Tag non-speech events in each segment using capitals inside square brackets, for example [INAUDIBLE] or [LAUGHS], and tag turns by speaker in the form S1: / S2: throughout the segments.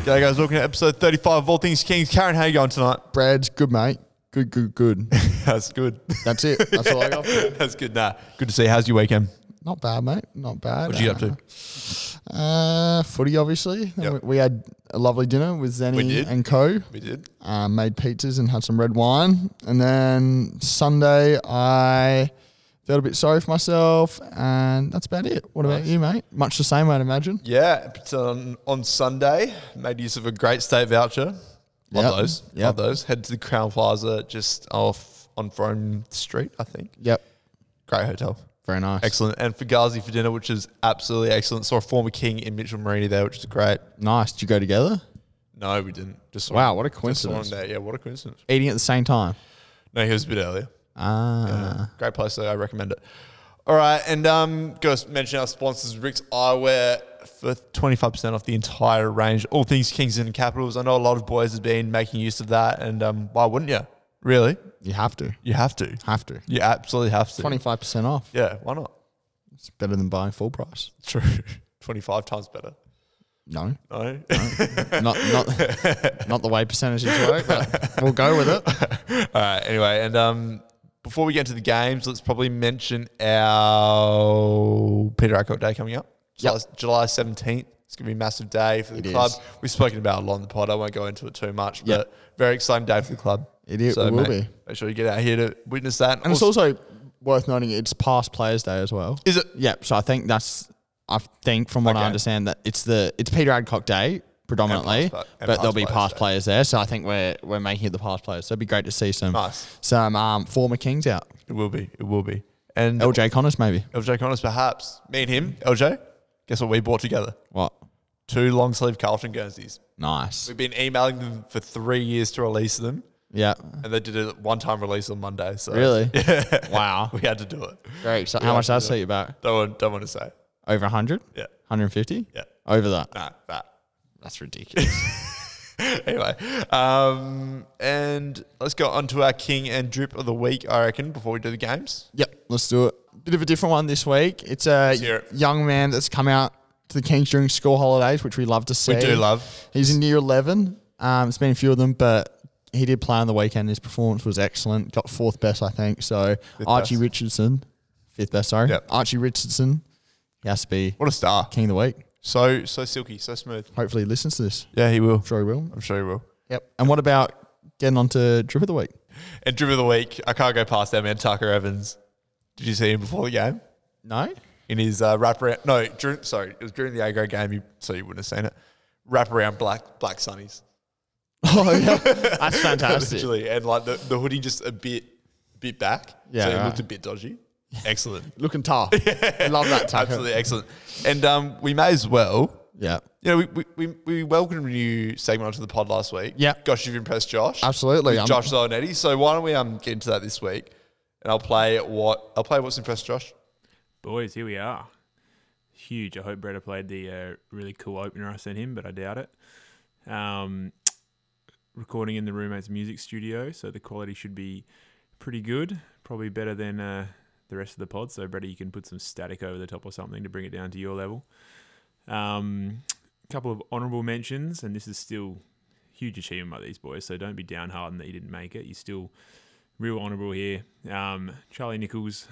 S1: G'day guys, welcome to episode 35 of All Things Kings. Karen, how you going tonight?
S2: Brad's good, mate. Good, good,
S1: [LAUGHS]
S2: good.
S1: That's good.
S2: That's it. That's all I got. [LAUGHS] for you.
S1: [LAUGHS] That's good. Nah, good to see. you. How's your weekend?
S2: Not bad, mate. Not bad.
S1: What you up to?
S2: to? Uh, footy, obviously.
S1: Yep.
S2: We, we had a lovely dinner with Zenny
S1: did.
S2: and Co.
S1: We did.
S2: Uh, made pizzas and had some red wine. And then Sunday, I felt a bit sorry for myself. And that's about it. What about you, mate? Much the same, I'd imagine.
S1: Yeah, it's on, on Sunday, made use of a great state voucher. Love
S2: Yep.
S1: those. Love
S2: Yep.
S1: those. Head to the Crown Plaza just off on Frome Street, I think.
S2: Yep.
S1: Great hotel.
S2: Very nice.
S1: Excellent. And Fugazi for dinner, which is absolutely excellent. Saw a former king in Mitchell Marini there, which is great.
S2: Nice. Did you go together?
S1: No, we didn't. Just saw
S2: Wow,
S1: him-
S2: what a
S1: just saw him
S2: coincidence.
S1: there. Yeah, what a coincidence.
S2: Eating at the same time.
S1: No, he was a bit earlier.
S2: Ah.
S1: Yeah. Great place though. I recommend it. All right, and um, got to mention our sponsors, Rick's Eyewear, for twenty five percent off the entire range. All things Kingston Capitals. I know a lot of boys have been making use of that, and um, why wouldn't you? Really,
S2: You have to.
S1: you have to.
S2: Have to.
S1: You absolutely have to.
S2: 25% off.
S1: Yeah, why not? [LAUGHS]
S2: It's better than buying full price.
S1: True. Twenty five times better.
S2: No.
S1: No.
S2: not not
S1: [LAUGHS]
S2: not the way percentages work, but we'll go with it.
S1: All right. Anyway, and um, before we get into the games, let's probably mention our Peter Aycock Day coming up. July- July seventeenth. It's gonna be a massive day for the
S2: It
S1: club.
S2: is.
S1: We've spoken about it a lot in the pod. I won't go into it too much,
S2: Yeah.
S1: but very exciting day for the club.
S2: It is- it will
S1: make,
S2: be.
S1: Make sure you get out here to witness that.
S2: And it's also worth noting it's past Players Day as well.
S1: is it?
S2: Yep. So I think that's I think from what
S1: Okay.
S2: I understand that it's the it's Peter Adcock Day predominantly,
S1: pla- and
S2: but
S1: past
S2: there'll be
S1: players
S2: past
S1: day.
S2: players there. So I think we're we're making it the past players. So it'd be great to see some
S1: Nice.
S2: some um, former Kings out.
S1: It will be. It will be. And LJ,
S2: LJ Connors maybe.
S1: LJ Connors, perhaps me and him, LJ. Guess what we bought together?
S2: What?
S1: Two long sleeve Carlton Guernseys.
S2: Nice.
S1: We've been emailing them for three years to release them.
S2: Yeah.
S1: and they did a one-time release on Monday. So [LAUGHS]
S2: Really? Wow.
S1: we had to do it.
S2: Great. So how much does that set you back?
S1: Don't want, don't want to say.
S2: Over 100?
S1: Yeah,
S2: 150?
S1: yeah,
S2: Over that.
S1: nah, [LAUGHS] that.
S2: That's ridiculous.
S1: Anyway, um, and let's go on to our king and drip of the week. I reckon before we do the games.
S2: Yep, let's do it. Bit of a different one this week. It's a
S1: hear it.
S2: young man that's come out to the Kings during school holidays, which we love to see.
S1: We do love.
S2: He's in year 11. Um, it's been a few of them, but he did play on the weekend. His performance was excellent. Got fourth best, I think. So Archie
S1: best.
S2: Richardson, fifth best, sorry.
S1: Yep.
S2: Archie Richardson, he has to be
S1: What a star!
S2: King of the Week.
S1: So so silky, so smooth.
S2: Hopefully he listens to this.
S1: Yeah, he will.
S2: I'm sure he will.
S1: I'm sure he will.
S2: Yep. And what about getting on to Drip of the Week?
S1: And drip of the week. I can't go past our man Tucker Evans. Did you see him before the game?
S2: No? [LAUGHS]
S1: in his uh, wraparound. No, during, sorry, it was during the Agro game, you, so you wouldn't have seen it. Wraparound black black sunnies, [LAUGHS]
S2: Oh, yeah. That's fantastic.
S1: literally, and like the, the hoodie just a bit bit back.
S2: Yeah,
S1: so it
S2: right.
S1: looked a bit
S2: [LAUGHS]
S1: dodgy. Excellent,
S2: Looking tough.
S1: [LAUGHS]
S2: Love that tackle.
S1: absolutely excellent. And um, we may as well.
S2: Yeah.
S1: You know, we, we, we, we welcomed a new segment onto the pod last week.
S2: Yeah.
S1: Gosh, you've impressed Josh.
S2: Absolutely.
S1: With
S2: I'm-
S1: Josh Zionetti. So why don't we um, get into that this week? And I'll play what I'll play what's impressed
S2: [LAUGHS]
S1: Josh.
S3: Boys, here we are. Huge. I hope Breda played the uh, really cool opener I sent him, but I doubt it. Um, recording in the roommate's music studio, so the quality should be pretty good. Probably better than uh, the rest of the pod. So, Breda, you can put some static over the top or something to bring it down to your level. A um, couple of honourable mentions, and this is still huge achievement by these boys. So don't be downhearted that you didn't make it. You're still real honourable here. Um, Charlie Nichols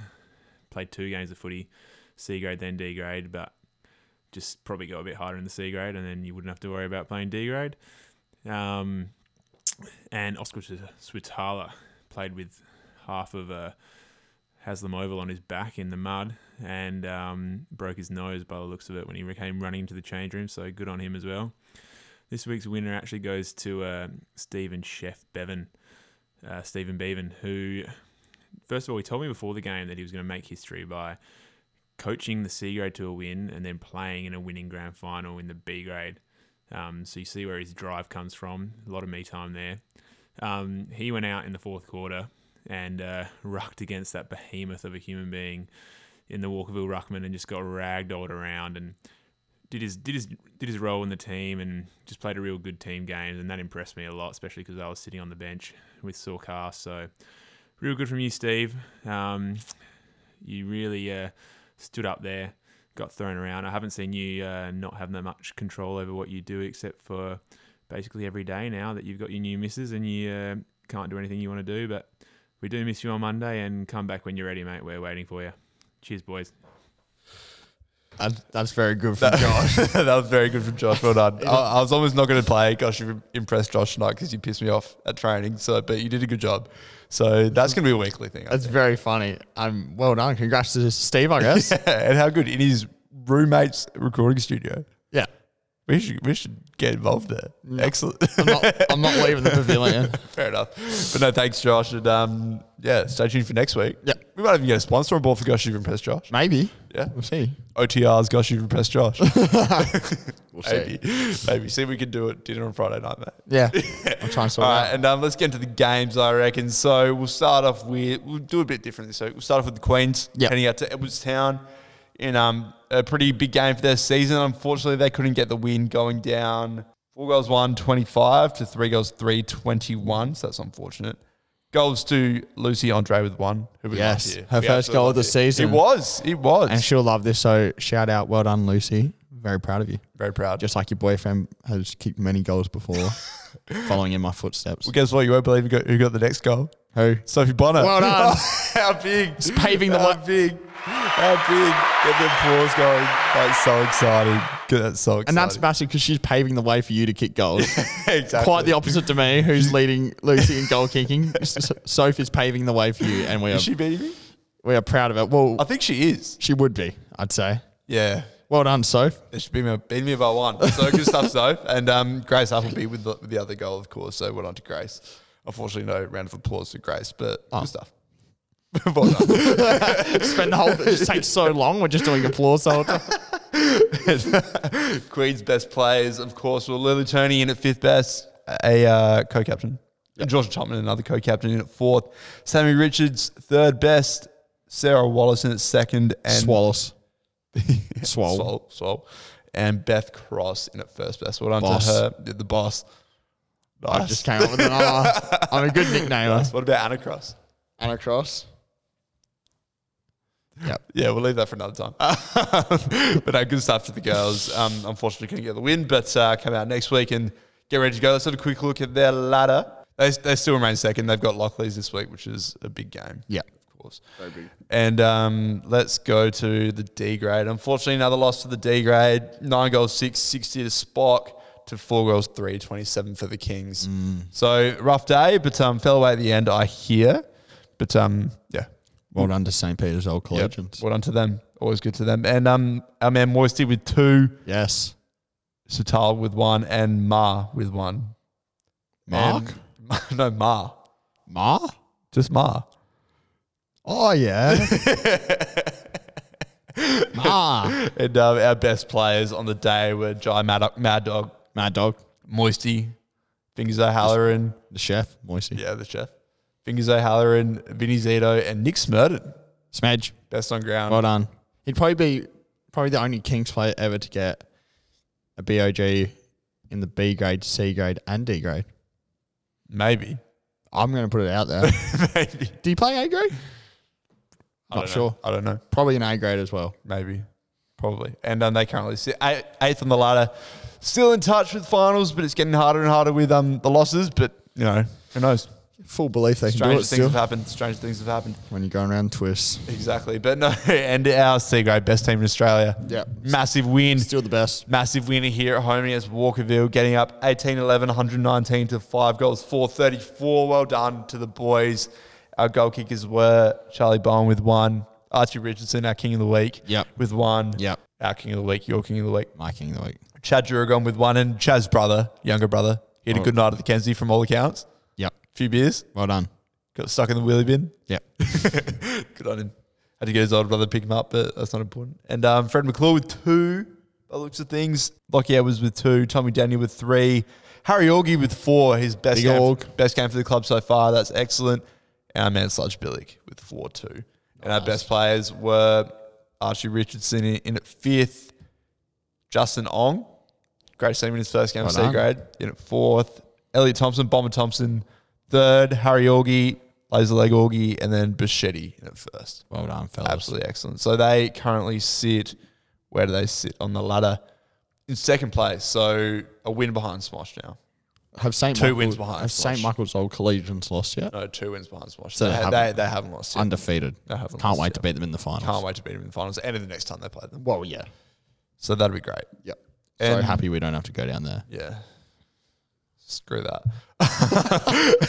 S3: played two games of footy, C grade then D grade, but just probably go a bit harder in the C grade, and then you wouldn't have to worry about playing D grade. Um, and Oscar Switala played with half of a Haslam Oval on his back in the mud and um, broke his nose by the looks of it when he came running into the change room. So good on him as well. This week's winner actually goes to uh, Stephen Chef Bevan, uh, Stephen Bevan, who first of all, he told me before the game that he was going to make history by coaching the C grade to a win and then playing in a winning grand final in the B grade. Um, so you see where his drive comes from. A lot of me time there. Um, he went out in the fourth quarter and uh, rucked against that behemoth of a human being in the Walkerville ruckman and just got ragdolled around and did his did his did his role in the team and just played a real good team game and that impressed me a lot, especially because I was sitting on the bench with Sorkar. So real good from you, Steve. Um, you really uh, stood up there, got thrown around. I haven't seen you uh, not have that much control over what you do, except for basically every day now that you've got your new misses and you uh, can't do anything you want to do. But we do miss you on Monday and come back when you're ready, mate. We're waiting for you. Cheers, boys.
S2: That's, that's very good for
S1: That, [LAUGHS]
S2: Josh.
S1: that was very good from Josh. Well
S2: [LAUGHS]
S1: done. I, I was almost not going to play. Gosh, you impressed Josh tonight because you pissed me off at training. So, but you did a good job. So that's going to be a weekly thing. I
S2: That's
S1: think.
S2: very funny. I'm well done. Congrats to Steve,
S1: [LAUGHS]
S2: I guess.
S1: Yeah, and how good in his roommate's recording studio.
S2: yeah.
S1: We should we should get involved there. Excellent. [LAUGHS]
S2: I'm not, I'm not leaving the pavilion.
S1: Fair enough. But no, thanks, Josh. And um, yeah, stay tuned for next week.
S2: Yeah.
S1: We might even get a sponsor on board for Gosh You've Impressed Josh.
S2: Maybe.
S1: Yeah.
S2: We'll see.
S1: OTR's Gosh You've Impressed Josh.
S2: We'll
S1: Maybe. Maybe. See if we can do it dinner on Friday night, mate. [LAUGHS]
S2: Yeah. I'll try and sort
S1: All
S2: it
S1: right,
S2: out.
S1: and um, let's get into the games, I reckon. So we'll start off with we'll do a bit different this week. We'll start off with the Queens
S2: Yep.
S1: heading out to Edwardstown in um, a pretty big game for their season. Unfortunately, they couldn't get the win, going down four goals one twenty five to three goals three twenty one. So that's unfortunate. Goals to Lucy Andre with one. Who we
S2: Yes,
S1: loved here.
S2: her
S1: We
S2: first
S1: absolutely
S2: goal of the
S1: loved here.
S2: season.
S1: It was, it was.
S2: And she'll love this. So shout out. Well done, Lucy. Very proud of you.
S1: Very proud.
S2: Just like your boyfriend has kicked many
S1: [LAUGHS]
S2: goals before, following in my footsteps.
S1: well, guess what? You won't believe who got, who got the next goal.
S2: Who?
S1: Sophie Bonner.
S2: Well done.
S1: [LAUGHS] How big? Just
S2: paving the
S1: How
S2: way.
S1: big? How big? Get the applause going. That's so exciting. Get that so exciting.
S2: And that's massive because she's paving the way for you to
S1: [LAUGHS]
S2: kick goals.
S1: exactly.
S2: Quite the opposite to me, who's leading Lucy in
S1: [LAUGHS]
S2: goal kicking. S- Soph is paving the way for you, and we are
S1: Is she beating me?
S2: we are proud of it. Well,
S1: I think she is.
S2: she would be, I'd say.
S1: Yeah.
S2: Well done, Soph.
S1: She beat me, beat me by one. So good
S2: [LAUGHS]
S1: stuff, Soph. And um, Grace Appleby with the, with the other goal, of course. So well done to Grace. Unfortunately, no round of applause for Grace, but
S2: Ah.
S1: good stuff. [LAUGHS] well done.
S2: Spend the whole. It just takes so long. We're just doing applause the whole time.
S1: Queen's best players, of course, were Lily Tony in at fifth best, a uh, co-captain. And Georgia Chapman, another co-captain, in at fourth. Sammy Richards, third best. Sarah Wallace in at second, and
S2: [LAUGHS] Swallows. Swole.
S1: Swole, Swole. and Beth Cross in at first best. Well done
S2: Boss.
S1: to her, the boss.
S2: I just came up with an R. I'm a good nicknamer.
S1: What about Anna Cross?
S2: Anna Cross. Yep.
S1: Yeah, we'll leave that for another time. [LAUGHS] but no, good stuff to the girls. Um, unfortunately, couldn't get the win, but uh, come out next week and get ready to go. Let's have a quick look at their ladder. They, they still remain second. They've got Lockleys this week, which is a big game.
S2: Yep.
S1: Of course. And um, let's go to the D grade. Unfortunately, another loss to the D grade. Nine goals, six, 60 to Spock, to four goals, three, 27 for the Kings. So rough day, but um, fell away at the end, I hear. But um, yeah,
S2: Well done to St. Peter's Old
S1: Yep.
S2: Collegians.
S1: Well done to them. Always good to them. And um, our man Moisty with two,
S2: Yes.
S1: Satal with one, and Ma with one.
S2: Mark?
S1: And- no, Ma. [LAUGHS]
S2: Ma?
S1: Just Ma.
S2: Oh, [LAUGHS] yeah. Ma.
S1: And um, our best players on the day were Jai Mad, Mad Dog,
S2: Mad Dog,
S1: Moisty, Fingers O'Halloran.
S2: the chef, Moisey.
S1: Yeah, the chef. Fingers O'Halloran, Vinny Zito, and Nick Smurden.
S2: Smedge.
S1: Best on ground.
S2: Well done. He'd probably be probably the only Kings player ever to get a BOG in the B grade, C grade, and D grade.
S1: Maybe. [LAUGHS]
S2: I'm going to put it out [LAUGHS] there.
S1: Maybe.
S2: Do you play A grade?
S1: I
S2: Not
S1: don't know.
S2: sure.
S1: I don't know.
S2: Probably an A grade as well.
S1: maybe, probably. And um, they currently sit eight, eighth on the ladder, still in touch with finals, but it's getting harder and harder with um the losses. But you know, who knows?
S2: Full belief they can do
S1: Strange
S2: it
S1: things
S2: still.
S1: have happened. Strange things have happened.
S2: When you're going around twists.
S1: Exactly. But no, [LAUGHS] and our C grade best team in Australia.
S2: Yeah.
S1: Massive win.
S2: Still the best.
S1: Massive winner here at home against Walkerville, getting up 18 11, 119 to 5 goals, 434. Well done to the boys. Our goal kickers were Charlie Bowen with one, Archie Richardson, our king of the week,
S2: Yep.
S1: with one,
S2: Yep.
S1: our king of the week, your king of the week,
S2: My king of the week.
S1: Chad Duragon with one, and Chad's brother, younger brother. He
S2: Oh.
S1: had a good night at the Kenzie from all accounts.
S2: Yep.
S1: few beers,
S2: Well done.
S1: got stuck in the wheelie bin.
S2: Yep.
S1: Good on him. Had to get his older brother to pick him up, but that's not important. And um, Fred McClure with two, by the looks of things. Lockyer was with two. Tommy Daniel with three. Harry Augie with four. His best
S2: Big
S1: game,
S2: Org.
S1: best game for the club so far. That's excellent. And our man Sludge Billick with four two. And our best players were Archie Richardson in, in at fifth. Justin Ong, great team in his first game of
S2: Well
S1: C
S2: done.
S1: grade, in at fourth. Elliot Thompson, Bomber Thompson, third. Harry Augie, Laser Leg Augie, and then Bichetti in at first.
S2: Well done, fellas.
S1: Absolutely excellent. So they currently sit, where do they sit on the ladder? In second place. So a win behind Smosh now.
S2: have Saint
S1: Two
S2: Michael-
S1: wins behind
S2: Have
S1: Swash.
S2: Saint Michael's old collegians lost yet?
S1: No, two wins behind Swash.
S2: So
S1: they,
S2: they
S1: they,
S2: haven't-
S1: they haven't lost yet.
S2: Undefeated.
S1: They haven't
S2: Can't
S1: lost
S2: wait
S1: yet.
S2: to beat them in the finals.
S1: Can't wait to beat them in the finals and in the next time they play them.
S2: Well, yeah,
S1: So that'd be great.
S2: yep. so
S1: And-
S2: happy we don't have to go
S1: [LAUGHS]
S2: down there.
S1: Yeah. Screw that.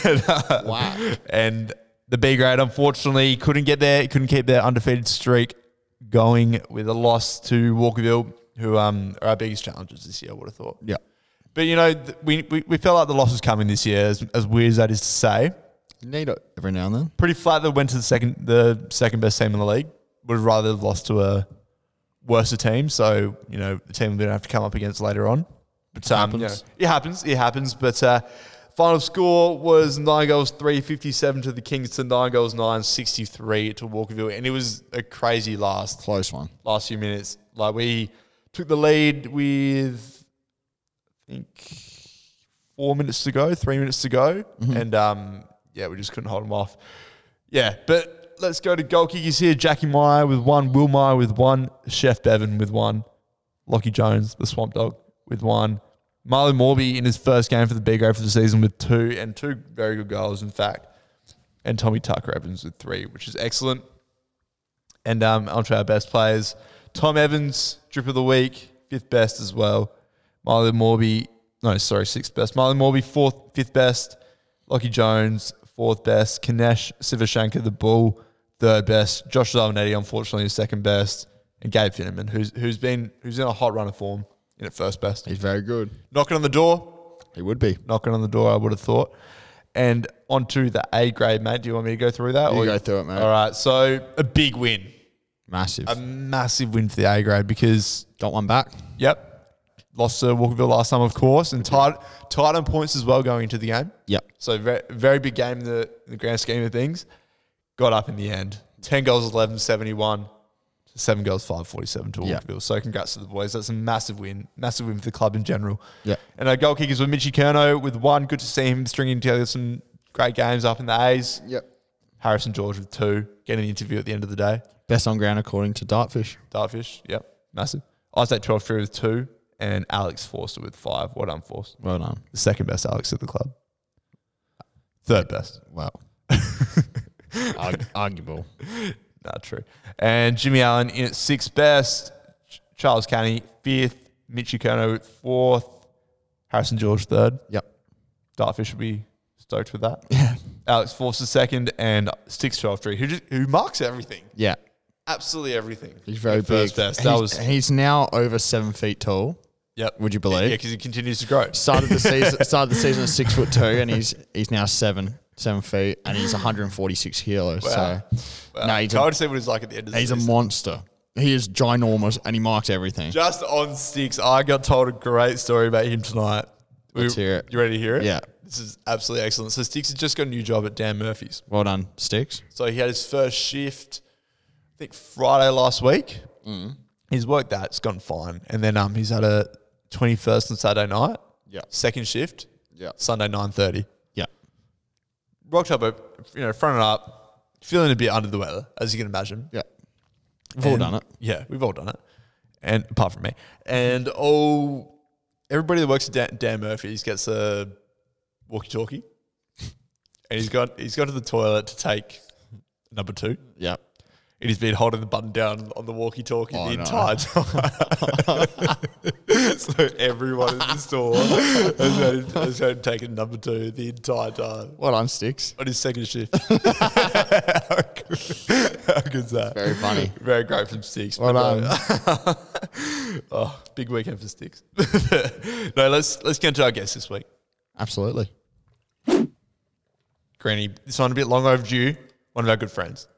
S1: and, uh,
S2: Wow.
S1: and the B grade, unfortunately, couldn't get there. Couldn't keep their undefeated streak going with a loss to Walkerville, who um, are our biggest challengers this year, I would have thought.
S2: Yeah.
S1: But, you know, th- we, we, we felt like the loss was coming this year, as, as weird as that is to say.
S2: Need it every now and then.
S1: Pretty flat that went to the second the second best team in the league. Would have rather lost to a worse team. So, you know, the team we don't have to come up against later on. But um,
S2: Happens.
S1: you know, it happens. It happens. But uh, final score was nine goals, three fifty-seven to the Kings to nine goals, nine sixty-three to Walkerville, and it was a crazy last
S2: Close one.
S1: last few minutes. Like we took the lead with, I think, four minutes to go, three minutes to go, and um, yeah, we just couldn't hold them off. Yeah, but let's go to goal kickers here. Jackie Meyer with one, Will Meyer with one, Chef Bevan with one, Lockie Jones, the Swamp Dog, with one. Marlon Morby in his first game for the B grade for the season with two, and two very good goals, in fact. And Tommy Tucker Evans with three, which is excellent. And um, on to our best players Tom Evans, drip of the week, fifth best as well. Marlon Morby, no, sorry, sixth best. Marlon Morby, fourth, fifth best. Lockie Jones, fourth best. Kanesh Sivashanka, the bull, third best. Josh Zalmanetti, unfortunately, is second best. And Gabe Finneman, who's who's been who's in a hot run of form in at first best.
S2: He's very good.
S1: Knocking on the door,
S2: He would be.
S1: knocking on the door, I would have thought. And on to the A grade, mate. Do you want me to go through that?
S2: You go through it, mate.
S1: All right. So a big win
S2: Massive.
S1: a massive win for the A grade because,
S2: Got one back.
S1: yep, lost to Walkerville last time, of course, and tied, tied on points as well going into the game.
S2: Yep.
S1: So very, very big game in the, in the grand scheme of things. Got up in the end. 10 goals, 11, 71. 7 goals, 5, 47 to
S2: Yeah.
S1: Walkerville. So congrats to the boys. That's a massive win. Massive win for the club in general.
S2: Yeah.
S1: And our goal kickers were Mitchy Kerno with one. Good to see him stringing together some great games up in the A's.
S2: Yep.
S1: Harrison George with two. Getting the interview at the end of the day.
S2: Best on ground according to Dartfish.
S1: Dartfish, yep, massive. Isaac 12 through with two, and Alex Forster with five. What done, Forster.
S2: Well done.
S1: The second best Alex at the club. Third best.
S2: Wow.
S1: [LAUGHS]
S2: [LAUGHS] arguable.
S1: Not true. And Jimmy Allen in at sixth best. Ch- Charles Canny, fifth. Mitchy Kerno, fourth. Harrison George, third.
S2: Yep.
S1: Dartfish would be stoked with that. Alex Forster, second. And Sticks 12 through, who, just, who marks everything.
S2: Yeah.
S1: Absolutely everything.
S2: He's very
S1: At
S2: big.
S1: first best. That
S2: He's-
S1: was-
S2: He's now over seven feet tall.
S1: Yep.
S2: Would you
S1: Yeah,
S2: believe?
S1: because he continues to grow.
S2: Started the
S1: [LAUGHS]
S2: season. started the season at six foot two, and he's he's now seven seven feet, and he's 146 kilos.
S1: Wow.
S2: So,
S1: Wow.
S2: no, he's
S1: I
S2: a,
S1: would say what he's like at the end of the
S2: he's a
S1: season.
S2: monster. He is ginormous, and he marks everything.
S1: Just on sticks, I got told a great story about him tonight. We-
S2: Let's hear it.
S1: You ready to hear it?
S2: Yeah.
S1: This is absolutely excellent. So Sticks has just got a new job at Dan Murphy's.
S2: Well done, Sticks.
S1: So he had his first shift, I think Friday last week.
S2: Mm.
S1: He's worked that; it's gone fine. And then um, he's had a twenty first and Saturday night.
S2: Yeah.
S1: Second shift.
S2: Yeah.
S1: Sunday nine thirty.
S2: Yeah.
S1: Rocked up, a, you know, fronted up, feeling a bit under the weather, as you can imagine.
S2: Yeah. We've all
S1: And-
S2: done it.
S1: Yeah, we've all done it, and apart from me, and all everybody that works at Dan, Dan Murphy's gets a walkie-talkie, and he's got he's gone to the toilet to take number two,
S2: Yeah.
S1: and he's been holding the button down on the walkie-talkie
S2: Oh,
S1: the
S2: no.
S1: entire time. [LAUGHS] so everyone in the store has had, him- has had him taking number two the entire time
S2: Well done, Sticks.
S1: on his second
S2: [LAUGHS]
S1: shift. how good how good's that?
S2: Very funny.
S1: Very great from Sticks.
S2: [LAUGHS] Well
S1: but, uh, oh, big weekend for Sticks. [LAUGHS] no, let's let's get into our guest this week.
S2: Absolutely.
S1: Granny, this one a bit long overdue. One of our good friends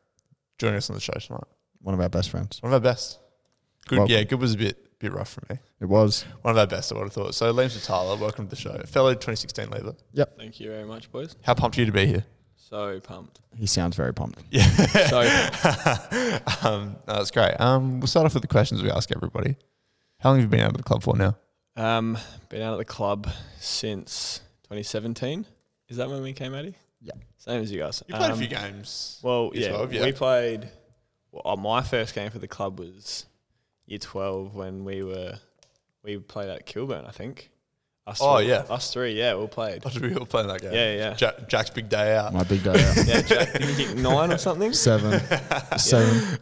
S1: joining us on the show tonight.
S2: One of our best friends.
S1: One of our best. Good,
S2: Welcome.
S1: yeah, good was a bit bit rough for me.
S2: It was.
S1: One of our best, I would have thought. So, Liam Satala, welcome to the show, fellow 2016 Lever.
S4: Thank you very much, boys.
S1: How pumped are you to be here?
S4: So pumped.
S2: He sounds very pumped.
S1: [LAUGHS]
S4: So pumped.
S1: Um, no, that's great. Um, we'll start off with the questions we ask everybody. How long have you been out of the club for now?
S4: Um, been out at the club since 2017. Is that when we came, Eddie?
S2: Yeah.
S4: Same as you guys.
S1: You played a
S4: Um,
S1: few games. [LAUGHS]
S4: Well,
S1: as
S4: yeah,
S1: well, yeah.
S4: We played. Well, oh, my first game for the club was year 12 when we were we played at Kilburn, I think. Us
S1: Oh,
S4: three-
S1: yeah. Oh,
S4: Us three, yeah, all played.
S1: That's we all playing that game.
S4: Yeah, yeah.
S1: Jack, Jack's big day out.
S2: My big day [LAUGHS] out.
S4: Yeah, Jack,
S1: [LAUGHS]
S4: did you kick nine or something?
S2: Seven. Seven.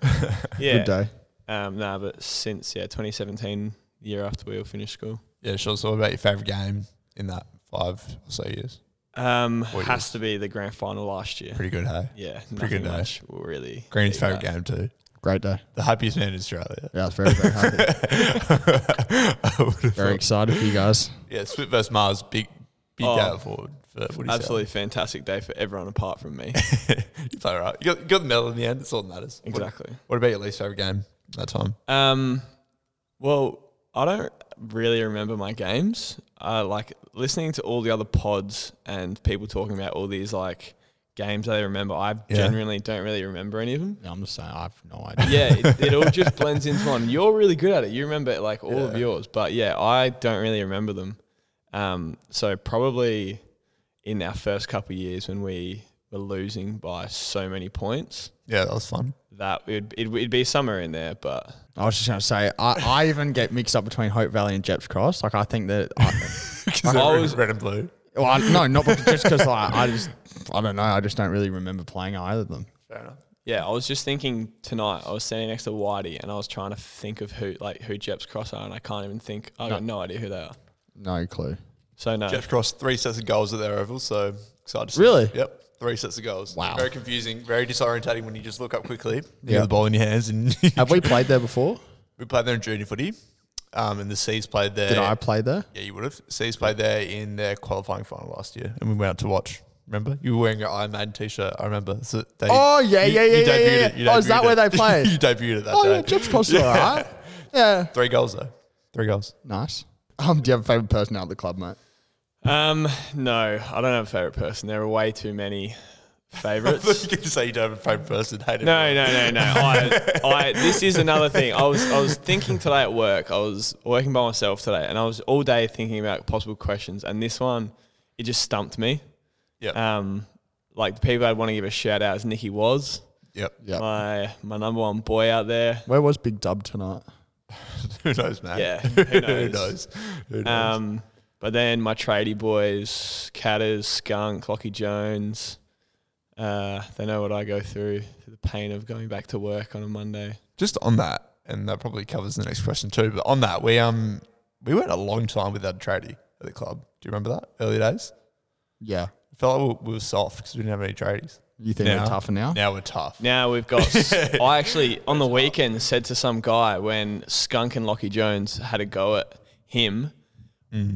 S4: Yeah.
S2: Good day.
S4: Um, nah, but since, yeah, 2017, the year after we all finished school.
S1: Yeah, sure. So, what about your favorite game in that five or so years?
S4: Um,
S1: What
S4: has to be the grand final last year.
S1: Pretty good, hey.
S4: Yeah,
S1: pretty
S4: nothing
S1: good day.
S4: much. Really.
S1: Green's
S4: big
S1: favorite
S4: that.
S1: game too.
S2: Great day.
S1: The happiest man in Australia.
S2: Yeah, I was very, very happy. [LAUGHS]
S1: [LAUGHS] I would've
S2: Very
S1: thought-
S2: excited for you guys.
S1: yeah, Swift versus Mars, big, big
S4: Oh.
S1: game out forward. For, what do you say?
S4: Absolutely fantastic day for everyone apart
S1: [LAUGHS]
S4: from me. [LAUGHS]
S1: you play right. You got, you got the medal in the end. It's all that matters. What-
S4: exactly.
S1: What, about your least favorite game that time?
S4: Um, well, I don't really remember my games. I like listening to all the other pods and people talking about all these like games they remember. I
S1: Yeah.
S4: genuinely don't really remember any of them.
S2: Yeah, I'm just saying, I have no idea.
S4: Yeah, it, it all just blends into one. You're really good at it. You remember like all of
S1: Yeah.
S4: yours, but yeah, I don't really remember them. Um, so probably in our first couple of years when we were losing by so many points,
S1: Yeah, that was [LAUGHS] fun.
S4: that it'd, it'd, it'd be somewhere in there, but
S2: I was just going to say, I, I even get mixed up between Hope Valley and Jeps Cross. Like, I think that. I, [LAUGHS]
S1: Because
S4: I
S1: red,
S4: was-
S1: red and blue.
S2: well, I, no, not because, just because like, I just, I don't know. I just don't really remember playing either of them.
S1: Fair enough.
S4: Yeah, I was just thinking tonight. I was standing next to Whitey, and I was trying to think of who like who Jeps Cross are, and I can't even think. I got no idea who they are.
S2: No clue.
S4: So no,
S1: Jeff crossed three sets of goals at their oval, so excited. To see.
S2: Really?
S1: Yep. Three sets of goals.
S2: Wow.
S1: Very confusing, very disorientating when you just look up quickly. You
S2: Yeah.
S1: have the ball in your hands, and [LAUGHS]
S2: Have we played there before?
S1: we played there in junior footy, um, and the Seas played there.
S2: Did I play there?
S1: Yeah, you would have. Seas played there in their qualifying final last year, and we went out to watch. Remember, you were wearing your Iron Man t-shirt. I remember. So they,
S2: Oh, yeah, yeah, yeah, yeah, yeah.
S1: it, you
S2: Oh, is that
S1: debuted
S2: where they
S1: [LAUGHS] it.
S2: played?
S1: you debuted it that
S2: Oh,
S1: day.
S2: yeah, Jeps Cross is all
S1: [LAUGHS]
S2: right. Yeah.
S1: Three goals though. Three
S4: [LAUGHS]
S1: goals.
S2: Nice. Um, do you have a favourite person out of the club, mate?
S4: um, no, I don't have a favorite person. There are way too many
S1: you
S4: favorites.
S1: can say you don't have a favorite person. Hate it.
S4: No, no, no, no. I, I, this is another thing. I was, I was thinking today at work. I was working by myself today, and I was all day thinking about possible questions. And this one, it just stumped me.
S1: Yep.
S4: Um, like the people I'd want to give a shout out is Nikki Was,
S1: Yep. [LAUGHS]
S2: Yeah.
S4: my my number one boy out there.
S2: Where was Big Dub tonight?
S1: Who knows, man? [LAUGHS]
S4: Yeah, who knows?
S1: Who knows? Who knows?
S4: Um, but then my tradie boys, Catters, Skunk, Lockie Jones, uh, they know what I go through, through the pain of going back to work on a Monday.
S1: just on that, and that probably covers the next question too. But on that, we um we went a long time without a tradie at the club. Do you remember that early days?
S2: Yeah.
S1: I felt like we- we were soft because we didn't have any tradies.
S2: You think
S1: Now.
S2: we're tougher now?
S1: Now we're tough.
S4: Now we've
S1: [LAUGHS]
S4: got. I actually on the weekend said to some guy when Skunk and Lockie Jones had a go at him.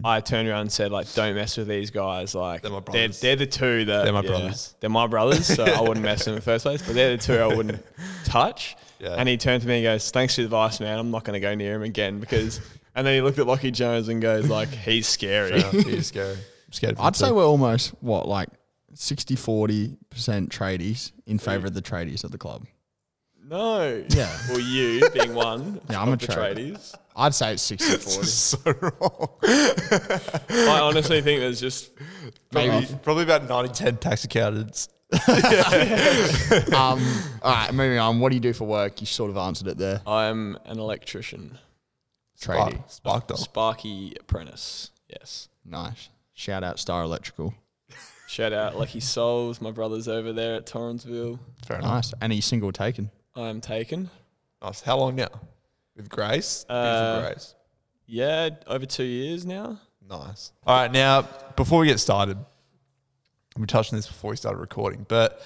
S4: I turned around and said, like, don't mess with these guys.
S1: Mm.
S4: Like,
S1: They're my
S4: they're,
S1: brothers.
S4: they're the two that
S1: They're my brothers.
S4: They're my brothers, so I wouldn't mess with them in the first place. But they're the two I
S1: [LAUGHS]
S4: wouldn't touch.
S1: Yeah.
S4: And he turned to me and goes, "Thanks for the advice, man. I'm not going to go near him again because." And then he looked at Lockie Jones and
S1: [LAUGHS]
S4: goes, "Like, he's scary."
S1: Yeah, it is scary. I'm scared. of him
S2: I'd say
S1: too.
S2: we're almost, what, like 60 40% tradies in favour of the tradies at the club.
S4: [LAUGHS] no.
S2: Yeah.
S4: Well, you
S2: [LAUGHS]
S4: being one.
S2: Yeah, I'm
S4: of
S2: a
S4: the
S2: tradie.
S4: tradies.
S2: I'd say it's 60
S1: [LAUGHS]
S2: 40.
S1: so wrong.
S4: I honestly think there's just
S2: Maybe.
S1: Probably, probably about 90 10 tax accountants.
S2: um, all right, moving on. What do you do for work? You sort of answered it
S1: Oh,
S2: there.
S4: I'm an electrician,
S2: Tradie.
S1: Spark, sparked off.
S4: Sparky apprentice. Yes.
S2: Nice. Shout out Star Electrical.
S4: Shout out Lucky Souls, my brothers over there at Torrensville.
S1: Fair enough.
S2: Nice. Any single taken?
S4: I am taken.
S1: Nice. How long now? With Grace? Beautiful
S4: Uh,
S1: Grace.
S4: Yeah, over two years now.
S1: Nice. All right, now before we get started, we touched on this before we started recording, but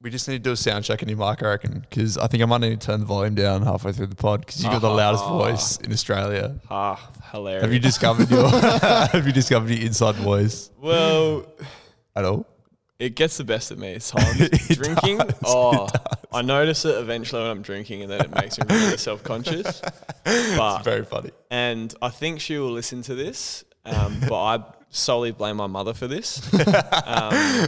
S1: we just need to do a sound check in your mic, I reckon, because I think I might need to turn the volume down halfway through the pod because you got the loudest voice in Australia.
S4: Ah, hilarious.
S1: Have you discovered
S4: [LAUGHS]
S1: your [LAUGHS] Have you discovered your inside voice
S4: well,
S1: at all?
S4: it gets the best of
S1: [LAUGHS]
S4: me. Sometimes drinking. oh, I notice it eventually when I'm drinking, and then it makes me
S1: [LAUGHS]
S4: really self-conscious. But
S1: Very funny.
S4: and I think she will listen to this.
S2: [LAUGHS]
S4: Um, but I solely blame my mother for this. um,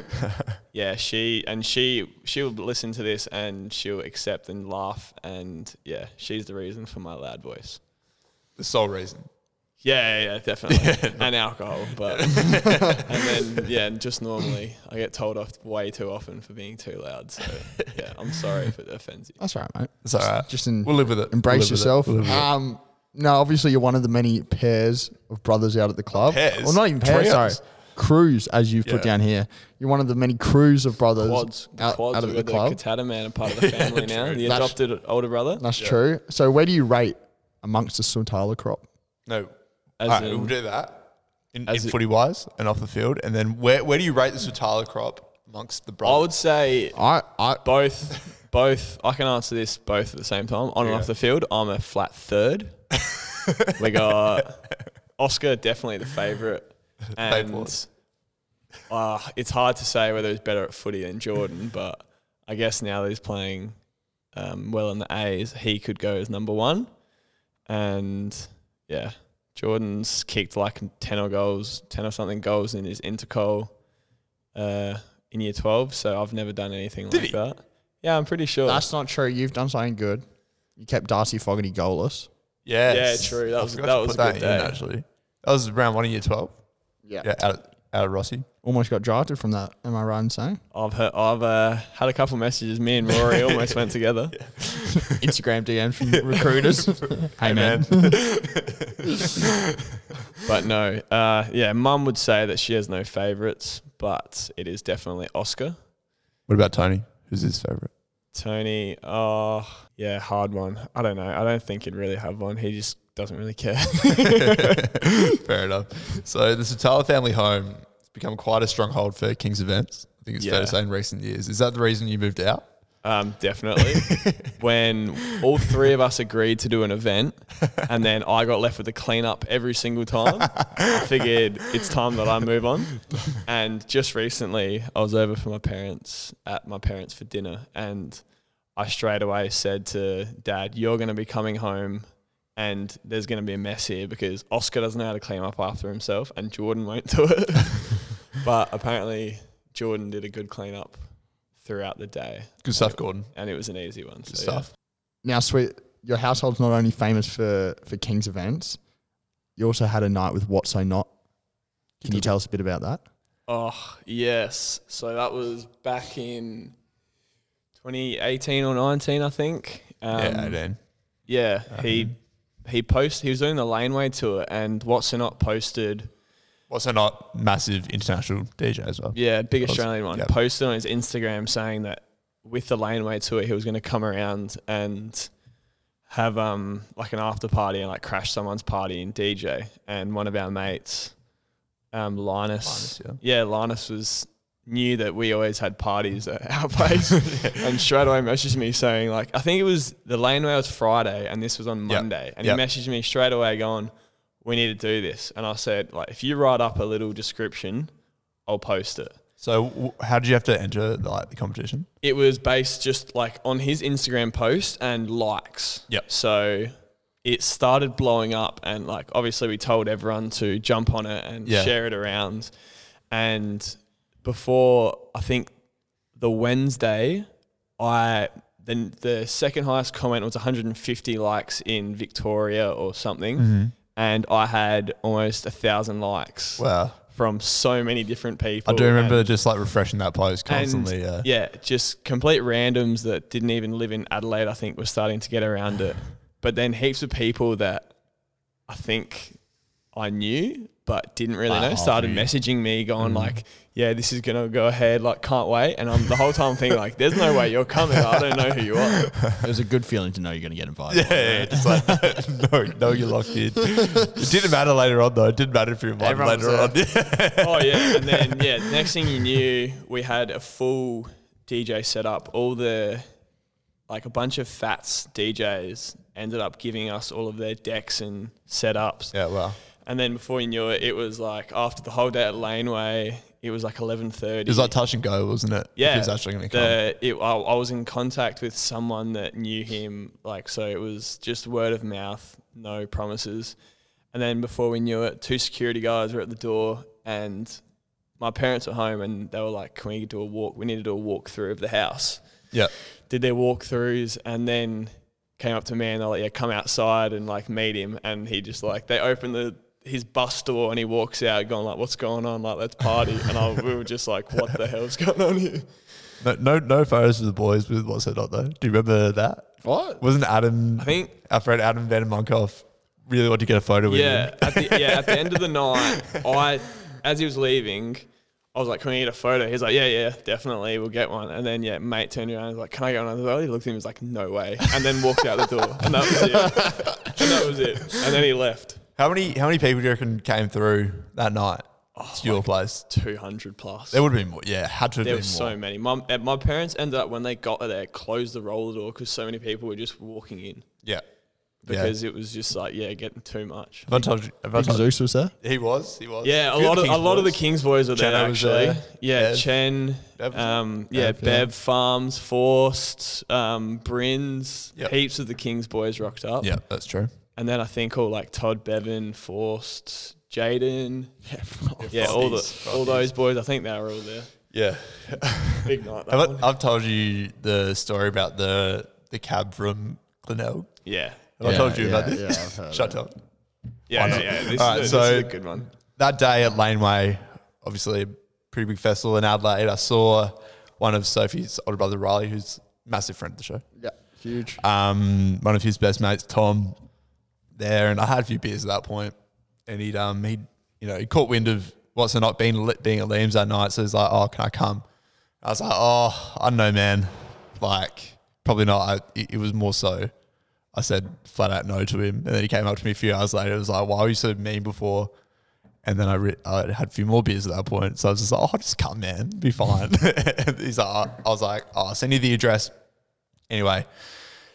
S4: yeah, she and she she will listen to this and she'll accept and laugh and yeah, she's the reason for my loud voice.
S1: The sole reason.
S4: Yeah, yeah, yeah definitely,
S2: [LAUGHS]
S4: and alcohol, but and then yeah, and just normally I get told off way too often for being too loud. So yeah, I'm sorry if it offends you.
S2: That's all right, mate.
S1: It's all right.
S2: Just in,
S1: We'll live with it.
S2: embrace
S1: We'll live with it.
S2: yourself.
S1: We'll live with it.
S2: Um, Now, obviously, you're one of the many pairs of brothers out at the club.
S1: pairs?
S2: Well, not even pairs,
S1: Trios?
S2: sorry. Crews, as you've
S1: Yeah.
S2: put down here. You're one of the many crews of brothers
S4: Quads,
S2: out,
S4: quads
S2: out at
S4: were
S2: the
S4: the
S2: club.
S4: Katata man are
S2: [LAUGHS]
S4: part of the family now. The
S2: That's-
S4: adopted older brother.
S2: That's true. So, where do you rate amongst the Suntala crop?
S1: No. All
S4: As
S1: right,
S4: in-
S1: we'll do that in, in
S4: as in-
S1: footy wise and off the field. And then where, where do you rate the Sutala crop amongst the
S4: I
S1: brothers?
S4: would say
S2: I, I,
S4: both, both. I can answer this both at the same time, on and off the field. I'm a flat third. we got Oscar definitely the favourite, and
S1: Favourite.
S4: uh, it's hard to say whether he's better at footy than Jordan, but I guess now that he's playing um, well in the A's, he could go as number one, and yeah, Jordan's kicked like ten or goals, ten or something goals in his intercol uh, in year twelve. So I've never done anything like
S1: he?
S4: that. Yeah, I'm pretty sure.
S2: that's not true. You've done something good. You kept Darcy Fogarty goalless.
S1: Yes.
S4: Yeah, true. That
S1: I
S4: was-
S1: forgot
S4: that
S1: to
S4: was
S1: put
S4: a good
S1: in,
S4: day.
S1: actually. That was round one of year 12. Yeah, out of, out of Rossi.
S2: Almost got drafted from that. Am I right in saying?
S4: I've heard, I've uh, had a couple messages. Me and Rory almost went together.
S2: Instagram DM from
S1: [LAUGHS]
S2: recruiters. hey, man.
S4: But no, uh, yeah, Mum would say that she has no favourites, but it is definitely Oscar.
S1: What about Tony? Who's his favourite?
S4: Tony, oh, yeah, hard one. I don't know. I don't think he'd really have one. He just doesn't really care. [LAUGHS]
S1: Fair enough. So the Sutala family home has become quite a stronghold for King's events. I think it's fair
S4: Yeah.
S1: to say in recent years. Is that the reason you moved out?
S4: Um, definitely. when all three of us agreed to do an event and then I got left with the cleanup every single time, I figured it's time that I move on. And just recently, I was over for my parents at my parents for dinner and I straight away said to dad, You're going to be coming home and there's going to be a mess here because Oscar doesn't know how to clean up after himself and Jordan won't do it. [LAUGHS] but apparently, Jordan did a good cleanup throughout the day
S1: Good stuff, Gordon.
S4: and it was an easy one.
S1: Good
S4: so,
S1: stuff.
S2: Now, sweet, your household's not only famous for for King's events, you also had a night with What So Not. Can you tell us a bit about that?
S4: yeah. Oh yes, so that was back in 2018 or 19, I think. Um,
S1: yeah, Dan.
S4: Yeah, he he post he was doing the laneway tour, and Watson not posted.
S1: Also, not massive international DJ as well.
S4: Yeah, big
S1: Was-
S4: Australian one
S1: yeah.
S4: posted on his Instagram saying that with the laneway tour, he was going to come around and have um like an after party and like crash someone's party and DJ. And one of our mates, um Linus,
S1: Linus, yeah.
S4: yeah, Linus was knew that we always had parties at [LAUGHS]
S1: [LAUGHS]
S4: our place, and straight away messaged me saying like I think it was the laneway was Friday and this was on
S1: Yep.
S4: Monday, and
S1: Yep.
S4: he messaged me straight away going. We need to do this, and I said, like, if you write up a little description, I'll post it.
S1: So, w- how did you have to enter like the competition?
S4: It was based just like on his Instagram post and likes.
S1: Yep.
S4: So it started blowing up, and like obviously we told everyone to jump on it and
S1: Yeah.
S4: share it around. And before I think the Wednesday, I then the second highest comment was 150 likes in Victoria or something,
S1: Mm-hmm.
S4: and I had almost a thousand likes
S1: Wow.
S4: from so many different people.
S1: I do remember
S4: and-
S1: just like refreshing that post constantly. uh,
S4: and,
S1: yeah.
S4: yeah, just complete randoms that didn't even live in Adelaide, I think, were starting to get around it. But then heaps of people that I think I knew but didn't really know started messaging me going like, yeah, this is going to go ahead, like, can't wait. And I'm the whole time thinking like, there's no way you're coming. I don't know who you are.
S2: [LAUGHS] It was a good feeling to know you're going to get invited.
S1: Yeah, yeah, yeah, just like [LAUGHS] no, no, you're locked in. It didn't matter later on though. It didn't matter if you were invited
S2: Everyone
S1: later on.
S2: was
S4: oh yeah, and then yeah, next thing you knew, we had a full DJ setup. All the like a bunch of fats DJs ended up giving us all of their decks and
S1: [LAUGHS]
S4: setups.
S1: yeah, wow.
S4: And then before you knew it, it was like after the whole day at Laneway, it was like eleven
S1: It
S4: thirty.
S1: was like touch and go, wasn't it?
S4: yeah,
S1: he was actually going to come.
S4: the- it- I, I was in contact with someone that knew him, like so it was just word of mouth, no promises. And then before we knew it, two security guys were at the door, and my parents were home, and they were like, "Can we do a walk? We need to do a walkthrough of the house."
S1: yeah,
S4: did their walkthroughs and then came up to me and they're like, yeah, come outside and like meet him. And he just like, they opened the, his bus door and he walks out going like, what's going on? Like, let's party. And I, we were just like, what the hell's [LAUGHS] going on here?
S1: no, no, no photos of the boys with what's it not though. Do you remember that?
S2: [LAUGHS] What?
S1: Wasn't Adam?
S4: I think,
S1: our friend Adam Van Monkoff really want to get a photo with
S4: yeah,
S1: him.
S4: at the, yeah. At the end of the night, I as he was leaving, I was like, "Can we get a photo?" He's like, "Yeah, yeah, definitely, we'll get one." And then yeah, mate turned around and was like, "Can I get one?" I was like, he looked at him, he was like, "No way," and then walked out the door, and that was it. and that was it. And then he left.
S1: How many how many people do you reckon came through that night to your place?
S4: Two hundred plus.
S1: There would have been more. Yeah, had to have
S4: There
S1: been
S4: were so
S1: more.
S4: many. My, uh, my parents ended up when they got there, closed the roller door because so many people were just walking in
S1: Yeah.
S4: because it was just like yeah, getting too much.
S1: Have I told you? Have I
S2: Big
S1: told you?
S2: Zeus was there.
S1: He was. He was.
S4: Yeah, a
S1: Few
S4: lot of
S1: Kings
S4: a lot of the
S1: boys.
S4: Kings boys were there
S1: Chano was
S4: actually.
S1: there.
S4: Yeah,
S1: Bev.
S4: Chen.
S1: Bev was
S4: um, yeah,
S2: Bev, yeah.
S4: Bev Farms, Forst, um, Brins.
S1: Yep.
S4: Heaps of the Kings boys rocked up.
S1: Yeah, that's true.
S4: And then I think all like Todd Bevan, Forst, Jaden. Yeah, all the
S1: Frothies,
S4: all
S1: frothies.
S4: those boys. I think they were all
S1: [LAUGHS]
S4: there.
S1: Yeah.
S4: Big night. That
S1: Have
S4: one.
S1: I, I've told you the story about the the cab from Glenelg.
S4: Yeah.
S1: Have I told you about
S2: yeah,
S1: this?
S2: Yeah, I've heard
S1: Shut up.
S4: Yeah, yeah,
S1: not?
S4: yeah. This,
S1: Alright,
S4: is a,
S1: so-
S4: this is a good one.
S1: that day at Laneway, obviously a pretty big festival in Adelaide, I saw one of Sophie's older brother Riley, who's a massive friend of the show.
S2: Yeah, huge.
S1: Um, one of his best mates, Tom, there, and I had a few beers at that point, and he'd um he you know he caught wind of what's not being lit being at Liam's that night, so he's like, oh, can I come? I was like, oh, I don't know, man, like probably not. I, it, it was more so. I said flat out no to him, and then he came up to me a few hours later. It was like, "Why were you so mean before?" And then I, re- I had a few more beers at that point, so I was just like, "Oh, just come, man, be fine." [LAUGHS] He's like, I I was like, "Oh, I'll send you the address." Anyway,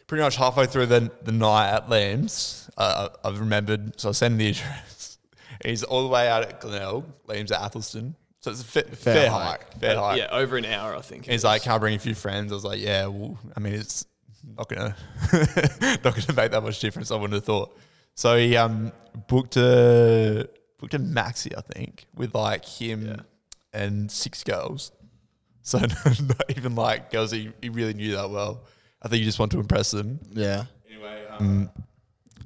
S1: pretty much halfway through the, the night at Liam's, uh, I- I've remembered, so I sent him the [LAUGHS] address. He's all the way out at Glenelg, Liam's at Athelston, so it's a fa- fair, hike, Uh,
S2: hike.
S1: fair hike.
S4: Yeah, over an hour, I think. it
S1: He's
S4: was.
S1: like, "Can I bring a few friends?" I was like, "Yeah." Well, I mean, it's not gonna [LAUGHS] not gonna make that much difference. I wouldn't have thought. So he um booked a booked a maxi, I think, with like him and six girls. So [LAUGHS] not even like girls that he, he really knew that well. I think he just wanted to impress them.
S2: Yeah.
S1: Anyway, um,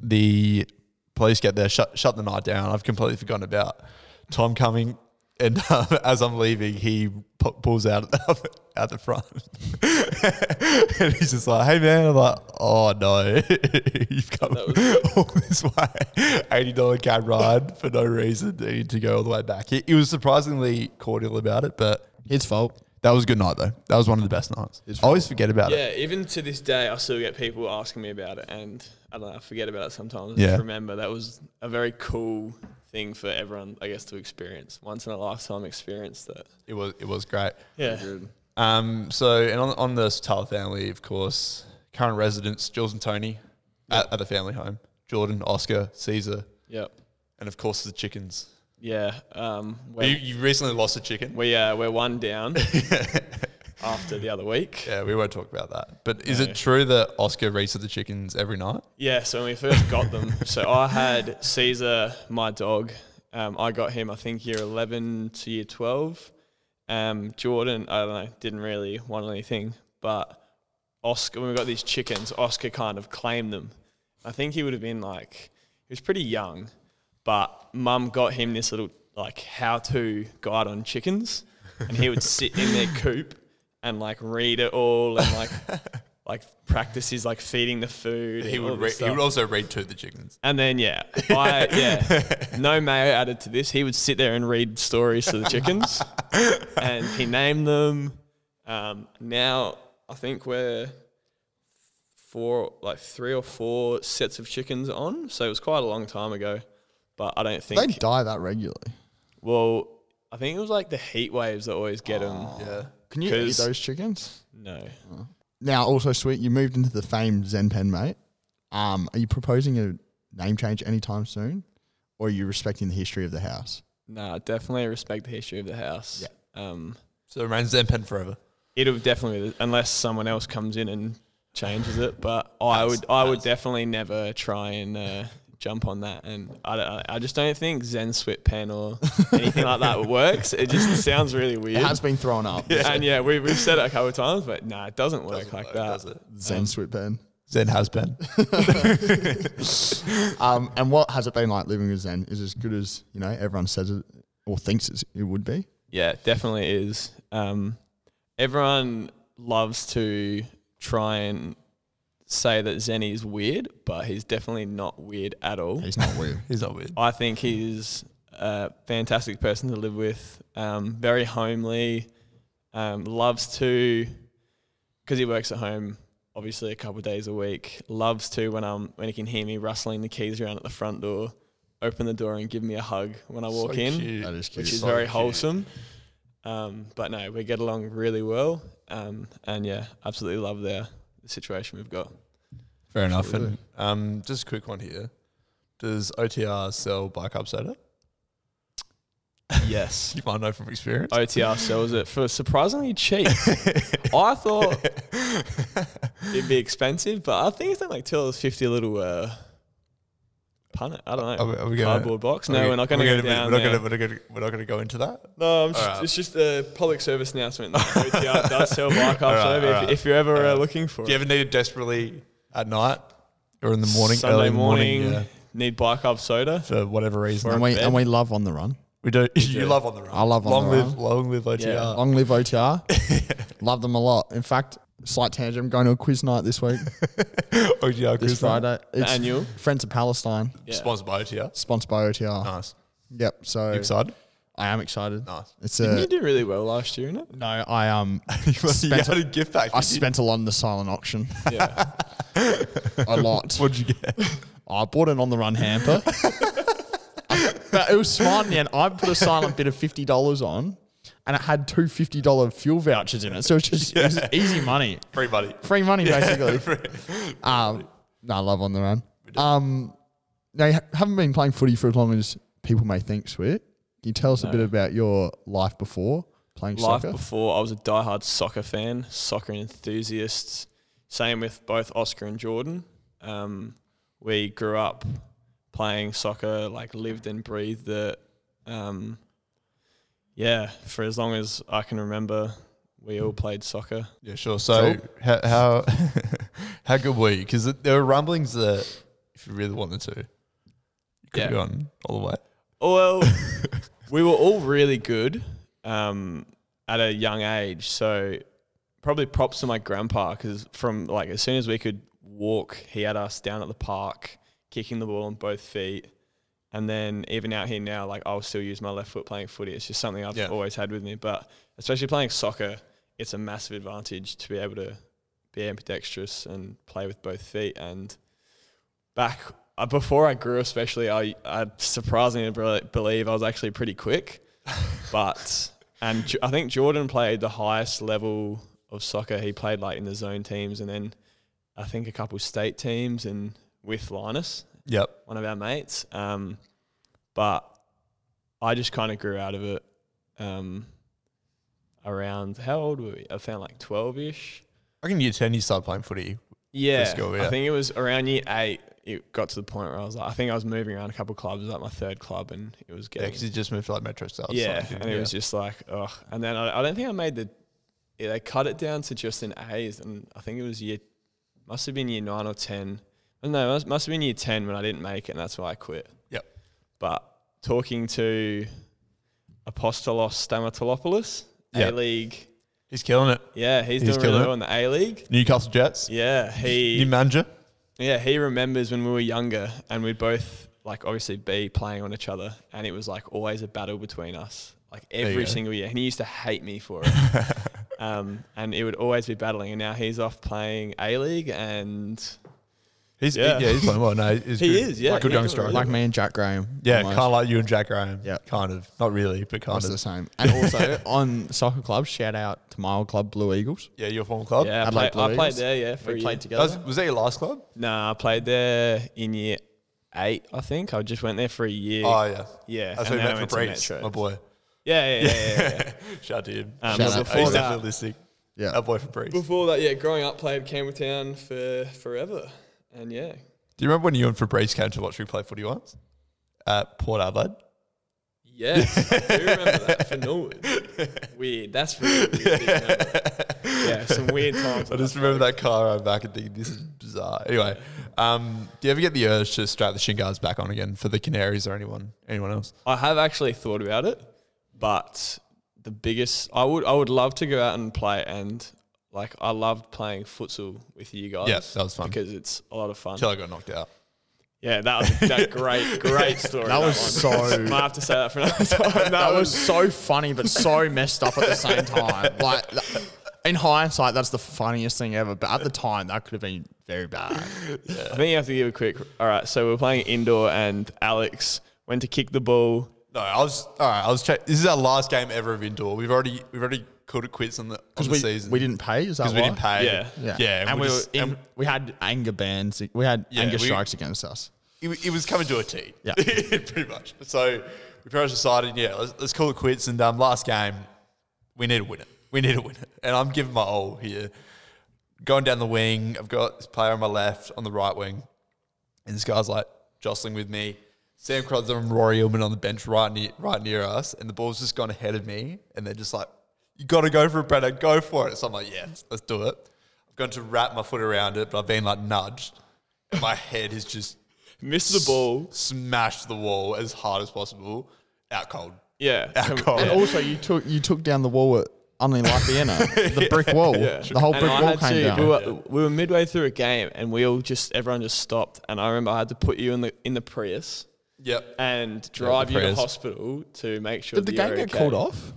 S1: the police get there, shut shut the night down. I've completely forgotten about Tom coming, and [LAUGHS] um, as I'm leaving, he pu- pulls out [LAUGHS] out the front, [LAUGHS] and he's just like, "Hey man," I'm like, "Oh no, [LAUGHS] you've come [LAUGHS] all this way, eighty dollar cab ride for no reason, need to go all the way back." He, he was surprisingly cordial about it, but
S2: His fault.
S1: that was a good night though. That was one of the best nights. I always forget about it.
S4: Yeah, even to this day, I still get people asking me about it, and I don't know, I forget about it sometimes. I
S1: Yeah.
S4: just remember that was a very cool thing for everyone, I guess, to experience once in a lifetime experience. That
S1: It was it was great.
S4: yeah,
S1: Um, so, and on, on the Satala family, of course, current residents, Jules and Tony at, at the family home, Jordan, Oscar, Caesar,
S4: yep,
S1: and of course the chickens.
S4: yeah. Um,
S1: You,
S4: we're,
S1: you recently lost a chicken.
S4: we uh, we're one
S1: [LAUGHS]
S4: down after the other week.
S1: Yeah, we won't talk about that. But is it true that Oscar reads the chickens every night?
S4: Yeah, so when we first got them, so I had Caesar, my dog. Um, I got him, I think, year 11 to year 12. Um, Jordan, I don't know, didn't really want anything. But Oscar, when we got these chickens, Oscar kind of claimed them. I think he would have been like, he was pretty young, but mum got him this little like how to guide on chickens. And
S1: [LAUGHS]
S4: he would sit in their coop and like read it all and
S1: [LAUGHS]
S4: like, like practice his like feeding the food.
S1: He
S4: and all
S1: would.
S4: this
S1: Re- he
S4: stuff.
S1: would also read to the chickens.
S4: And then yeah, I, yeah, no mayo added to this. He would sit there and read stories to the chickens, and he named them. Um, now I think we're four, like three or four sets of chickens on. So it was quite a long time ago, but I don't
S2: They
S4: think.
S2: die that regularly.
S4: well, I think it was like the heat waves that always get them.
S1: Yeah.
S2: Oh. Can you eat
S4: 'Cause-
S2: those chickens?
S4: No,
S2: Now, also sweet, you moved into the famed Zen Pen, mate. Um, are you proposing a name change anytime soon, or are you respecting the history of the house?
S4: nah, definitely respect the history of the house. Um,
S1: So it remains Zen Pen forever.
S4: It'll definitely be unless someone else comes in and changes it. But I
S1: That's-
S4: would I would definitely never try and uh, jump on that. And I, don't- I just don't think Zen Swit Pen or anything like that works. It just sounds really weird.
S2: It has been thrown up.
S4: And [LAUGHS] yeah, we, we've said it a couple of times, but nah, it doesn't work like that.
S1: Does it?
S2: Zen Sweet Pen.
S1: Zen has been. [LAUGHS]
S2: Um, and what has it been like living with Zen? Is it as good as you know everyone says it or thinks it's, it would be?
S4: Yeah, it definitely is. Um, everyone loves to try and say that Zenny is weird, but he's definitely not weird at all.
S2: He's not
S1: [LAUGHS]
S2: weird.
S1: He's not weird.
S4: I think he's a fantastic person to live with. Um, very homely. Um, loves to, because he works at home, obviously a couple of days a week. Loves to when um when he can hear me rustling the keys around at the front door, open the door and give me a hug when I walk in,
S2: that is cute.
S4: which is
S1: So
S4: very
S1: cute.
S4: wholesome. Um, but no, we get along really well. Um, and yeah, absolutely love the, the situation we've got.
S1: Fair enough. And
S2: Absolutely.
S1: um, just a quick one here. Does OTR sell bike up [LAUGHS] soda?
S4: Yes.
S1: You might know from experience.
S4: OTR sells it for
S1: [LAUGHS]
S4: surprisingly cheap. I thought it'd be expensive, but I think it's something like two dollars fifty a little uh, punnet. I don't know.
S1: Are we- are we gonna-
S4: cardboard box? No, we're not going to
S1: we're
S4: go down
S1: we're not
S4: there.
S1: gonna- We're not going. We're not going to go into that.
S4: No, I'm just,
S1: Alright.
S4: it's just a public service announcement. that
S1: [LAUGHS]
S4: OTR does sell bike ups
S1: Alright,
S4: over
S1: alright.
S4: if, if you're ever uh,
S1: Alright.
S4: looking for
S1: Do you
S4: it.
S1: ever need it desperately at night or in the morning? uh,
S4: Sunday
S1: early in the
S4: morning,
S1: yeah,
S4: need bike up soda.
S1: for whatever reason.
S2: and, we, and we love on the run.
S1: we do. [LAUGHS] you
S4: do.
S1: love on the run.
S2: I love on
S1: long
S2: the
S1: live,
S2: run.
S1: long live OTR.
S4: Yeah.
S2: Long live
S4: [LAUGHS]
S2: OTR. love them a lot. In fact, slight tangent. I'm going to a quiz night
S1: [LAUGHS]
S2: this week,
S1: OTR
S2: this
S1: Chris
S2: Friday. It's
S4: annual?
S2: Friends of Palestine,
S4: Yeah.
S1: sponsored by OTR.
S2: sponsored by OTR.
S1: Nice.
S2: Yep. So
S1: You excited?
S2: I am excited.
S1: Nice.
S2: It's
S4: Didn't
S2: a
S4: you do really well last year, innit?
S2: no. I um.
S1: [LAUGHS] you
S2: spent
S1: got a gift pack.
S2: I
S1: did you?
S2: spent a lot in the silent auction.
S4: Yeah.
S2: [LAUGHS] A
S1: [LAUGHS]
S2: lot.
S1: What'd you get?
S4: [LAUGHS]
S2: I bought an on the run hamper. but it was smart in the end. I put a silent bid of fifty dollars on, and it had two fifty dollar fuel vouchers in it. So it's just it was easy money,
S1: Free buddy.
S2: free money basically.
S1: [LAUGHS]
S2: um, no, I love on the run. Um, now you ha- haven't been playing footy for as long as people may think, Sweet. Can you tell us a bit about your life before playing
S4: Life
S2: soccer?
S4: before, I was a diehard soccer fan, soccer enthusiast. Same with both Oscar and Jordan. Um, we grew up playing soccer, like lived and breathed it. Um, yeah, for as long as I can remember, we all played soccer.
S1: Yeah, sure. So how how, [LAUGHS] how good were you? Because there were rumblings that if you really wanted to, you could
S4: Yeah.
S1: have gone all the way.
S4: Oh, Well, we were all really good um, at a young age. So probably props to my grandpa because from like as soon as we could walk, he had us down at the park kicking the ball on both feet. And then even out here now, like I'll still use my left foot playing footy. It's just something I've
S1: Yeah.
S4: always had with me. But especially playing soccer, it's a massive advantage to be able to be ambidextrous and play with both feet. And back uh, before I grew, especially, I I surprisingly be- believe I was actually pretty quick. but and Ju- I think Jordan played the highest level of soccer. He played like in the zone teams, and then I think a couple state teams, and with Linus,
S1: Yep.
S4: one of our mates. Um, but I just kind of grew out of it. Um, around how old were we? I found like twelve ish.
S1: I reckon year ten you started playing footy.
S4: Yeah,
S1: school, yeah.
S4: I think it was around year eight. It got to the point where I was like, I think I was moving around a couple clubs, like my third club, and it was
S1: Yeah,
S4: getting
S1: because you just moved to like Metro South.
S4: yeah, and it was just like, oh. And then I, I don't think I made the. Yeah, they cut it down to just an A's, and I think it was year, must have been year nine or ten. No, it must, must have been year ten when I didn't make it, and that's why I quit.
S1: Yep.
S4: But talking to Apostolos Stamatolopoulos,
S1: Yeah.
S4: A League,
S1: he's killing it.
S4: yeah, he's,
S1: He's
S4: doing really
S1: killing
S4: well in the A League.
S1: Newcastle Jets.
S4: Yeah, he
S1: New manager.
S4: yeah, he remembers when we were younger and we'd both like obviously be playing on each other and it was like always a battle between us. Like
S1: you
S4: every
S1: go.
S4: single year. And he used to hate me for it.
S1: [LAUGHS]
S4: um, and it would always be battling. And now he's off playing A League and
S1: He's yeah.
S4: Yeah.
S1: he's playing well. No, he's
S4: [LAUGHS] He
S1: good.
S4: is, yeah,
S1: Like good
S4: yeah,
S1: young
S4: he's doing
S1: striker.
S4: really
S2: like me and Jack Graham.
S1: yeah,
S2: almost.
S1: kind of like you and Jack Graham.
S2: Yeah.
S1: kind of. Not really, but kind
S2: Almost
S1: of.
S2: the same. And also [LAUGHS] on soccer clubs, shout out to my old club, Blue Eagles.
S1: Yeah, your former club.
S4: yeah, I,
S2: Adelaide
S4: play, I
S2: Blue
S4: played
S2: Eagles.
S4: there, Oh, yeah, for
S2: We
S4: a
S2: played
S4: year.
S1: That was,
S2: together.
S1: was that your last club?
S4: Nah, I played there in year eight, I think. I just went there for a year.
S1: Oh yeah,
S4: yeah.
S1: That's
S4: and
S1: where
S4: then
S1: you
S4: I
S1: met
S4: went
S1: for
S4: to
S1: Breeze,
S4: Metro.
S1: my boy. [LAUGHS]
S4: Yeah, yeah, yeah, yeah, yeah.
S1: Shout out to him.
S4: Um,
S2: Shout
S4: but
S2: out.
S1: He's
S4: before that,
S1: definitely listening.
S2: Yeah.
S1: Our boy Fabrice. Do
S4: before that, yeah, growing up, played Campbelltown for forever. And yeah,
S1: you remember when you and Fabrice came to watch me play footy once at Port Adelaide? [LAUGHS]
S4: Yes, I do remember that for Norwood. Weird. That's really weird. yeah. some weird times.
S1: I just remember that car ride back and thinking this is bizarre. Anyway, um, do you ever get the urge to strap the shin guards back on again for the Canaries or anyone anyone else?
S4: I have actually thought about it, but the biggest I would I would love to go out and play and like I loved playing futsal with you guys.
S1: Yeah, that was fun.
S4: because it's a lot of fun.
S1: Until I got knocked out.
S4: Yeah, that was
S1: [LAUGHS]
S4: that great, great story.
S2: That was
S4: one.
S2: so-
S4: [LAUGHS] Might have to say that for another time. That,
S2: That was
S4: was
S2: so funny, but so messed up at the same time. Like, th- in hindsight, that's the funniest thing ever. But at the time, that could have been very bad.
S4: I think you have to give a quick. All right, so we we're playing indoor, and Alex went to kick the ball.
S1: No, I was all right. I was. Check, this is our last game ever of indoor. We've already we've already called it quits on the, on
S2: Because
S1: the
S2: we,
S1: season
S2: we didn't pay. Is that
S1: because we didn't
S2: why?
S1: pay.
S4: Yeah.
S1: yeah,
S2: And,
S1: and, we
S2: we,
S1: just,
S2: were in, we had anger bans. We had
S1: Yeah,
S2: anger
S1: we-
S2: strikes against us.
S1: it, wa- it was coming to a T.
S2: Yeah.
S1: [LAUGHS] pretty much. So we pretty much decided, yeah, let's, let's call it quits. And um, last game, we need to win it. We need to win it. And I'm giving my all here. Going down the wing, I've got this player on my left, on the right wing, and this guy's like jostling with me. Sam Crosby and Rory Ullman on the bench right near, right near us, and the ball's just gone ahead of me, and they're just like, "You got to go for it, Brennan. Go for it." So I'm like, "Yeah, let's do it." I've gone to wrap my foot around it, but I've been like nudged. And my head is just
S4: Missed the ball.
S1: smashed the wall as hard as possible. Out cold.
S4: Yeah.
S1: Out cold.
S2: And also, you took you took down the wall at Unlike Vienna, [LAUGHS] the brick wall. The whole
S4: And
S2: brick
S4: I
S2: wall
S4: had
S2: came
S4: to-
S2: down.
S4: We were, we were midway through a game, and we all just everyone just stopped. And I remember I had to put you in the in the Prius
S1: Yep.
S4: and drive you
S1: Prius.
S4: to hospital to make sure.
S2: Did the
S4: that you
S2: game
S4: were
S2: get
S4: okay.
S2: called off?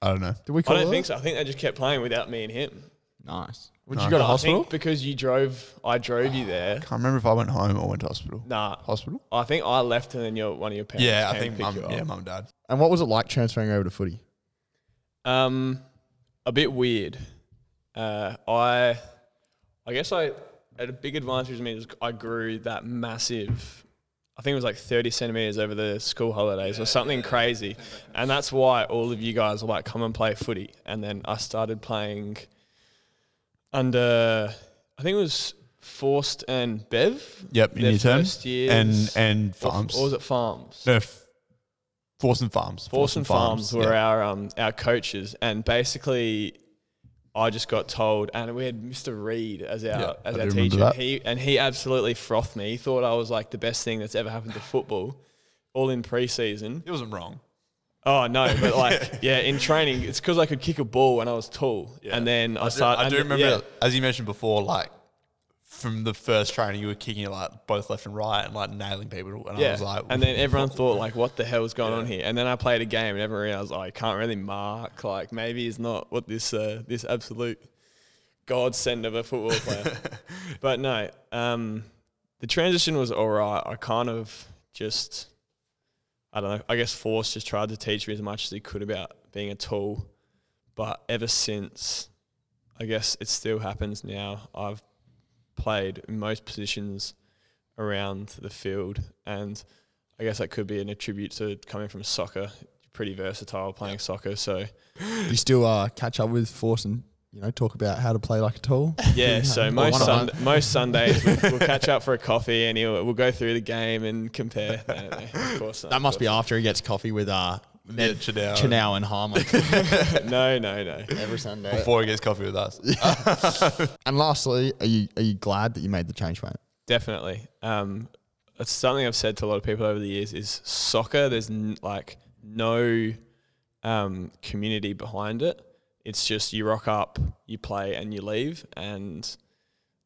S1: I don't know.
S2: Did we
S4: I
S2: call it
S4: don't think
S2: off?
S4: so. I think they just kept playing without me and him.
S2: Nice. Would you go to
S4: I
S2: hospital?
S4: think because you drove. I drove
S2: [SIGHS]
S4: you there.
S1: Can't remember if I went home or went to hospital.
S4: Nah,
S1: Hospital?
S4: I think I left and then your one of your parents.
S1: Yeah, I
S4: came to
S1: think
S4: pick
S1: mum,
S4: you up.
S1: yeah, mum and dad.
S2: And what was it like transferring over to footy?
S4: Um, a bit weird. Uh, I, I guess I had a big advantage to me is I grew that massive. I think it was like 30 centimeters over the school holidays or something crazy, and that's why all of you guys were like, "Come and play footy." And then I started playing under. I think it was Forced and Bev.
S1: Yep, in
S4: their
S1: your term.
S4: first
S1: And
S4: years.
S1: and
S4: Or f-
S1: farms.
S4: Or was it Farms?
S1: No, f- Force and Farms.
S4: Force and Farms
S1: yeah.
S4: were our um, our coaches, and basically, I just got told, and we had Mr. Reed as our
S1: Yeah,
S4: as
S1: I
S4: our
S1: do remember
S4: teacher.
S1: that.
S4: He and he absolutely frothed me. He thought I was like the best thing that's ever happened to football, all in preseason.
S1: It wasn't wrong.
S4: Oh no, but
S1: [LAUGHS]
S4: like yeah, in training, it's because I could kick a ball when I was tall, and then I, started.
S1: I do
S4: and-
S1: remember,
S4: yeah.
S1: as you mentioned before, like from the first training, you were kicking it like both left and right and like nailing people. And I
S4: Yeah.
S1: was like,
S4: and then
S1: [LAUGHS]
S4: everyone thought like, what the hell's going on here? And then I played a game and everyone realized oh, I can't really mark. Like maybe it's not what this uh, this absolute godsend of
S1: [LAUGHS]
S4: a football player. but no, um, the transition was all right. I kind of just I don't know. I guess Force just tried to teach me as much as he could about being a tool. But ever since, I guess it still happens now. I've played in most positions around the field. And I guess that could be an attribute to coming from soccer. Pretty versatile playing soccer. So,
S2: You still uh, catch up with Force and you know talk about how to play like a tool.
S4: yeah, so
S2: Or
S4: most,
S2: one-on-one.
S4: Sund- most Sundays we'll, we'll catch up for a coffee and he'll, we'll go through the game and compare. No, no, no, of course
S2: [LAUGHS]
S4: not.
S2: That must be after he gets coffee with uh,
S1: yeah, Chanel.
S2: Chanel and Harmon
S4: No, no, no.
S2: [LAUGHS] every Sunday.
S1: Before he gets coffee with us.
S2: And lastly, are you are you glad that you made the change, mate?
S4: Definitely. Um, it's something I've said to a lot of people over the years is soccer. There's n- like no um, community behind it. It's just you rock up, you play, and you leave. And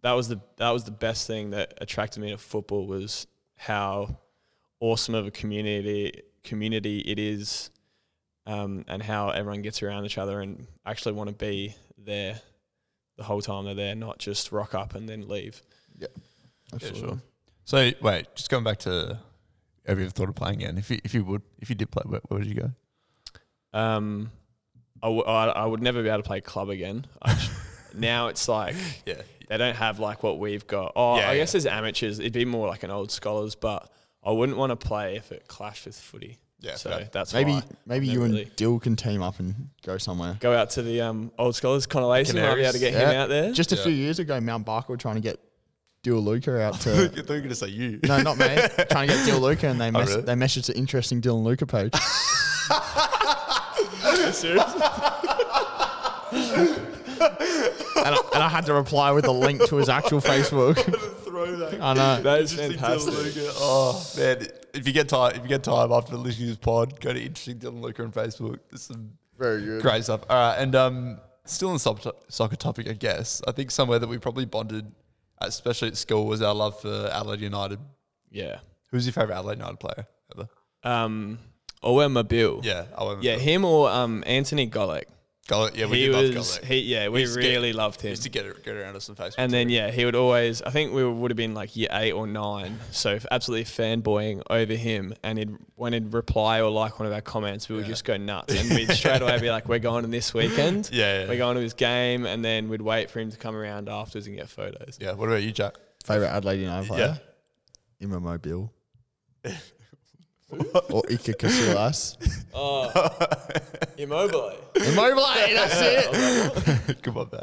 S4: that was the that was the best thing that attracted me to football was how awesome of a community community it is, um, and how everyone gets around each other and actually want to be there the whole time they're there, not just rock up and then leave.
S1: Absolutely. So wait, just going back to have you ever thought of playing again? If you if you would if you did play, where, where would you go?
S4: Um, I, w- I, I would never be able to play club again.
S1: [LAUGHS]
S4: I j- now it's like
S1: Yeah,
S4: they don't have like what we've got. Oh,
S1: Yeah,
S4: I guess
S1: yeah.
S4: as amateurs, it'd be more like an old scholars, but I wouldn't want to play if it clashed with footy.
S1: Yeah,
S4: so
S1: fair.
S4: that's
S2: Maybe
S4: why.
S2: maybe
S4: Never
S2: you and
S4: really.
S2: Dill can team up and go somewhere.
S4: Go out to the um, old scholars, Connor Lacey, might be able to get him
S2: Yeah.
S4: out there.
S2: Just a
S1: Yeah.
S2: few years ago, Mount Barker were trying to get Dill Luca [LAUGHS] out
S1: I
S2: to
S1: thought you were gonna say you.
S2: No, not me. Trying to get Dylan Luca, and they mess-
S1: really?
S2: they messaged the interesting Dylan Luca [LAUGHS] page. and, I, and I had to reply with a link to his actual Facebook. [LAUGHS]
S1: Throwback.
S2: I know.
S4: that is
S1: Interesting
S4: fantastic.
S1: Dylan [LAUGHS] Luca. Oh man, if you get time, if you get time after listening to this pod, go to interesting Dylan Luca on Facebook. There's some
S2: Very good.
S1: great stuff. All right, and um, still in sub- soccer topic, I guess. I think somewhere that we probably bonded, especially at school, was our love for Adelaide United.
S4: Yeah.
S1: Who's your favourite Adelaide United player ever?
S4: Um, Owen Mabil.
S1: Yeah, I went
S4: Yeah, him or um, Anthony Golick.
S1: Gullet. Yeah, we
S4: he
S1: did love
S4: was.
S1: Gullet.
S4: He, yeah, we
S1: He's
S4: really loved him.
S1: used to get, it- get around us on Facebook.
S4: And then yeah, he would always. I think we would have been like year eight or nine, so f- absolutely fanboying over him. And he'd, when he'd reply or like one of our comments, we would just
S1: [LAUGHS]
S4: go nuts, and we'd straight away be like, "We're going to this weekend.
S1: Yeah, yeah.
S4: we're going to his game." And then we'd wait for him to come around afterwards and get photos.
S1: yeah, what about you, Jack?
S2: Favorite Adelaide United
S1: Yeah.
S2: player? Imma [LAUGHS] Mobile. or Ika [LAUGHS] Casillas.
S1: [LAUGHS]
S4: Immobile.
S2: Immobile, that's
S1: [LAUGHS]
S2: it.
S1: Come on, mate.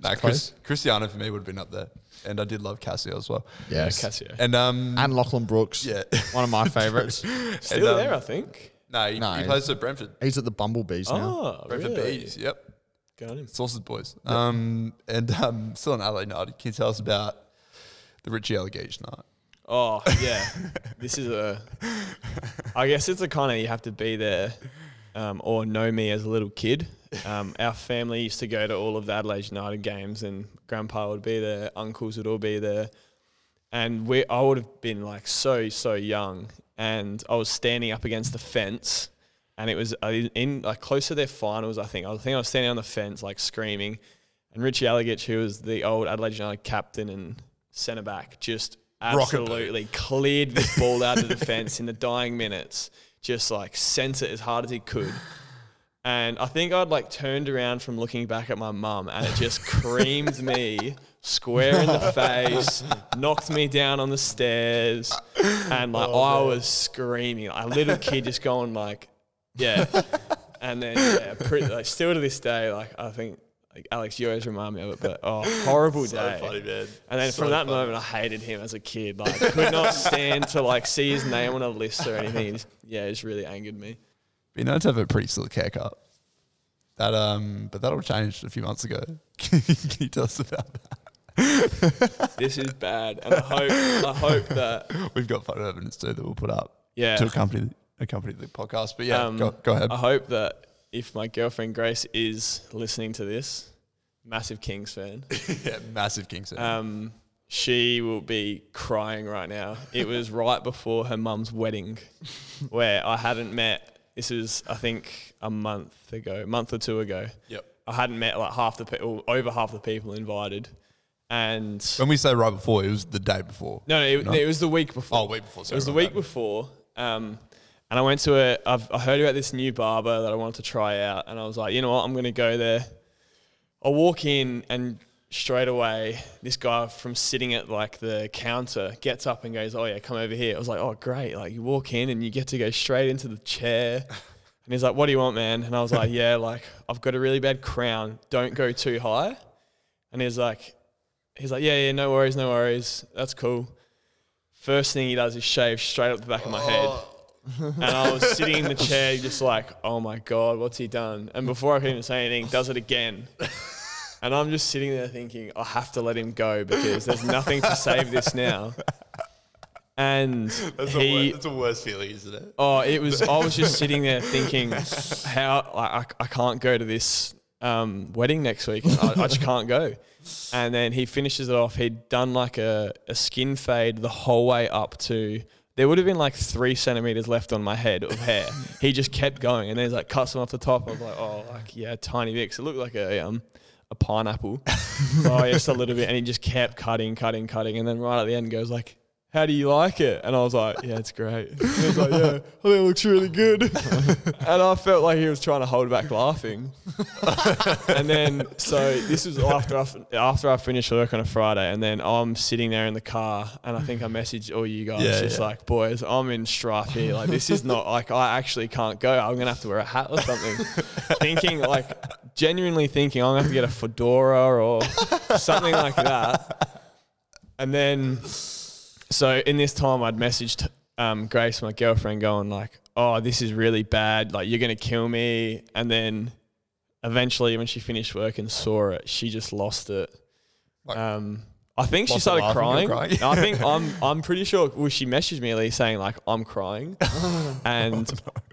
S1: Nah,
S2: close.
S1: Chris, Cristiano for me would have been up there. And I did love Cassio as well.
S2: Yes.
S4: Cassio.
S1: And um
S2: And Lachlan Brooks.
S1: yeah. [LAUGHS]
S2: One of [LAUGHS] my favorites.
S4: Still
S1: um,
S4: there, I think.
S1: no, he,
S2: No.
S1: he plays at Brentford.
S2: He's at the Bumblebees now.
S4: Oh,
S1: Brentford
S4: really?
S1: Bees, yep.
S4: Good on him.
S1: Sources boys. Um and um still on Adelaide United. Can you tell us about the Richie Allegage night?
S4: Oh yeah, this is a. I guess it's a kind of you have to be there, um, or know me as a little kid. Um, our family used to go to all of the Adelaide United games, and Grandpa would be there, uncles would all be there, and we I would have been like so so young, and I was standing up against the fence, and it was uh, in like close to their finals. I think I think I was standing on the fence like screaming, and Richie Allegich, who was the old Adelaide United captain and centre back, just
S1: Rocket boot.
S4: absolutely cleared this ball out of the fence in the dying minutes, just like sent it as hard as he could. And I think I'd like turned around from looking back at my mum and it just creamed me square in the face, knocked me down on the stairs, and like I was screaming. Like, a little kid just going like, yeah. And then yeah, pretty, like, still to this day, like I think like Alex, you always remind me of it, but oh horrible day.
S1: man.
S4: And then from that moment, I hated him as a kid. Like, could not stand to like see his name on a list or anything. Just- yeah, it just really angered me.
S1: Be nice to have a pretty slick haircut. That um but that all changed a few months ago. [LAUGHS] Can you tell us about that?
S4: This is bad, and I hope I hope that
S1: We've got photo evidence too that we'll put up
S4: yeah,
S1: to accompany accompany the podcast. But yeah,
S4: Um,
S1: go, go ahead.
S4: I hope that if my girlfriend Grace is listening to this, massive Kings fan,
S1: [LAUGHS] yeah, massive Kings. fan.
S4: um, she will be crying right now. It was right before her mum's wedding, where I hadn't met. This was I think a month ago, month or two ago.
S1: yep.
S4: I hadn't met like half the people, over half the people invited, and
S1: When we say right before, it was the day before.
S4: no, no, it,
S1: No.
S4: it was the week before.
S1: Oh, week before.
S4: It was the week before, um, and I went to a. I've, I heard about this new barber that I wanted to try out, and I was like, you know what, I'm going to go there. I walk in, and straight away, this guy from sitting at like the counter gets up and goes, "Oh yeah, come over here." I was like, "Oh great!" Like you walk in, and you get to go straight into the chair. And he's like, "What do you want, man?" And I was like, "Yeah, like I've got a really bad crown. Don't go too high." And he's like, he's like, "Yeah, yeah, no worries, no worries. That's cool." First thing he does is shave straight up the back of my head. And I was sitting in the chair just like, oh my God, what's he done? And before I could even say anything, does it again. And I'm just sitting there thinking, I have to let him go because there's nothing to save this now. And he,
S1: the worst feeling, isn't it?
S4: Oh, it was. I was just sitting there thinking, how like, I, I can't go to this um, wedding next week. I, I just can't go. And then he finishes it off. He'd done like a, a skin fade the whole way up to. There would have been like three centimeters left on my head of hair. he just kept going, and then he's like cuts them off the top. I was like, oh, like yeah, tiny bit. 'cause it looked like a um a pineapple. [LAUGHS] oh, just a little bit, and he just kept cutting, cutting, cutting, and then right at the end goes like how do you like it? And I was like, yeah, it's great. [LAUGHS] He was like, yeah, I think it looks really good. [LAUGHS] and I felt like he was trying to hold back laughing. [LAUGHS] and then, so this was after I, after I finished work on a Friday. And then I'm sitting there in the car and I think I messaged all you guys
S1: Yeah,
S4: just
S1: yeah.
S4: like, boys, I'm in strife here. Like, this is not, like, I actually can't go. I'm going to have to wear a hat or something.
S1: [LAUGHS]
S4: thinking, like, genuinely thinking I'm going to have to get a fedora or something like that. And then so in this time, I'd messaged um, Grace, my girlfriend, going like, "Oh, this is really bad. Like, you're gonna kill me." And then, eventually, when she finished work and saw it, she just lost it.
S1: Like,
S4: um, I think she
S1: lost it
S4: started
S1: laughing
S4: crying.
S1: or crying? [LAUGHS]
S4: I think I'm. I'm pretty sure. Well, she messaged me at least saying like,
S1: [LAUGHS]
S4: "I'm crying," and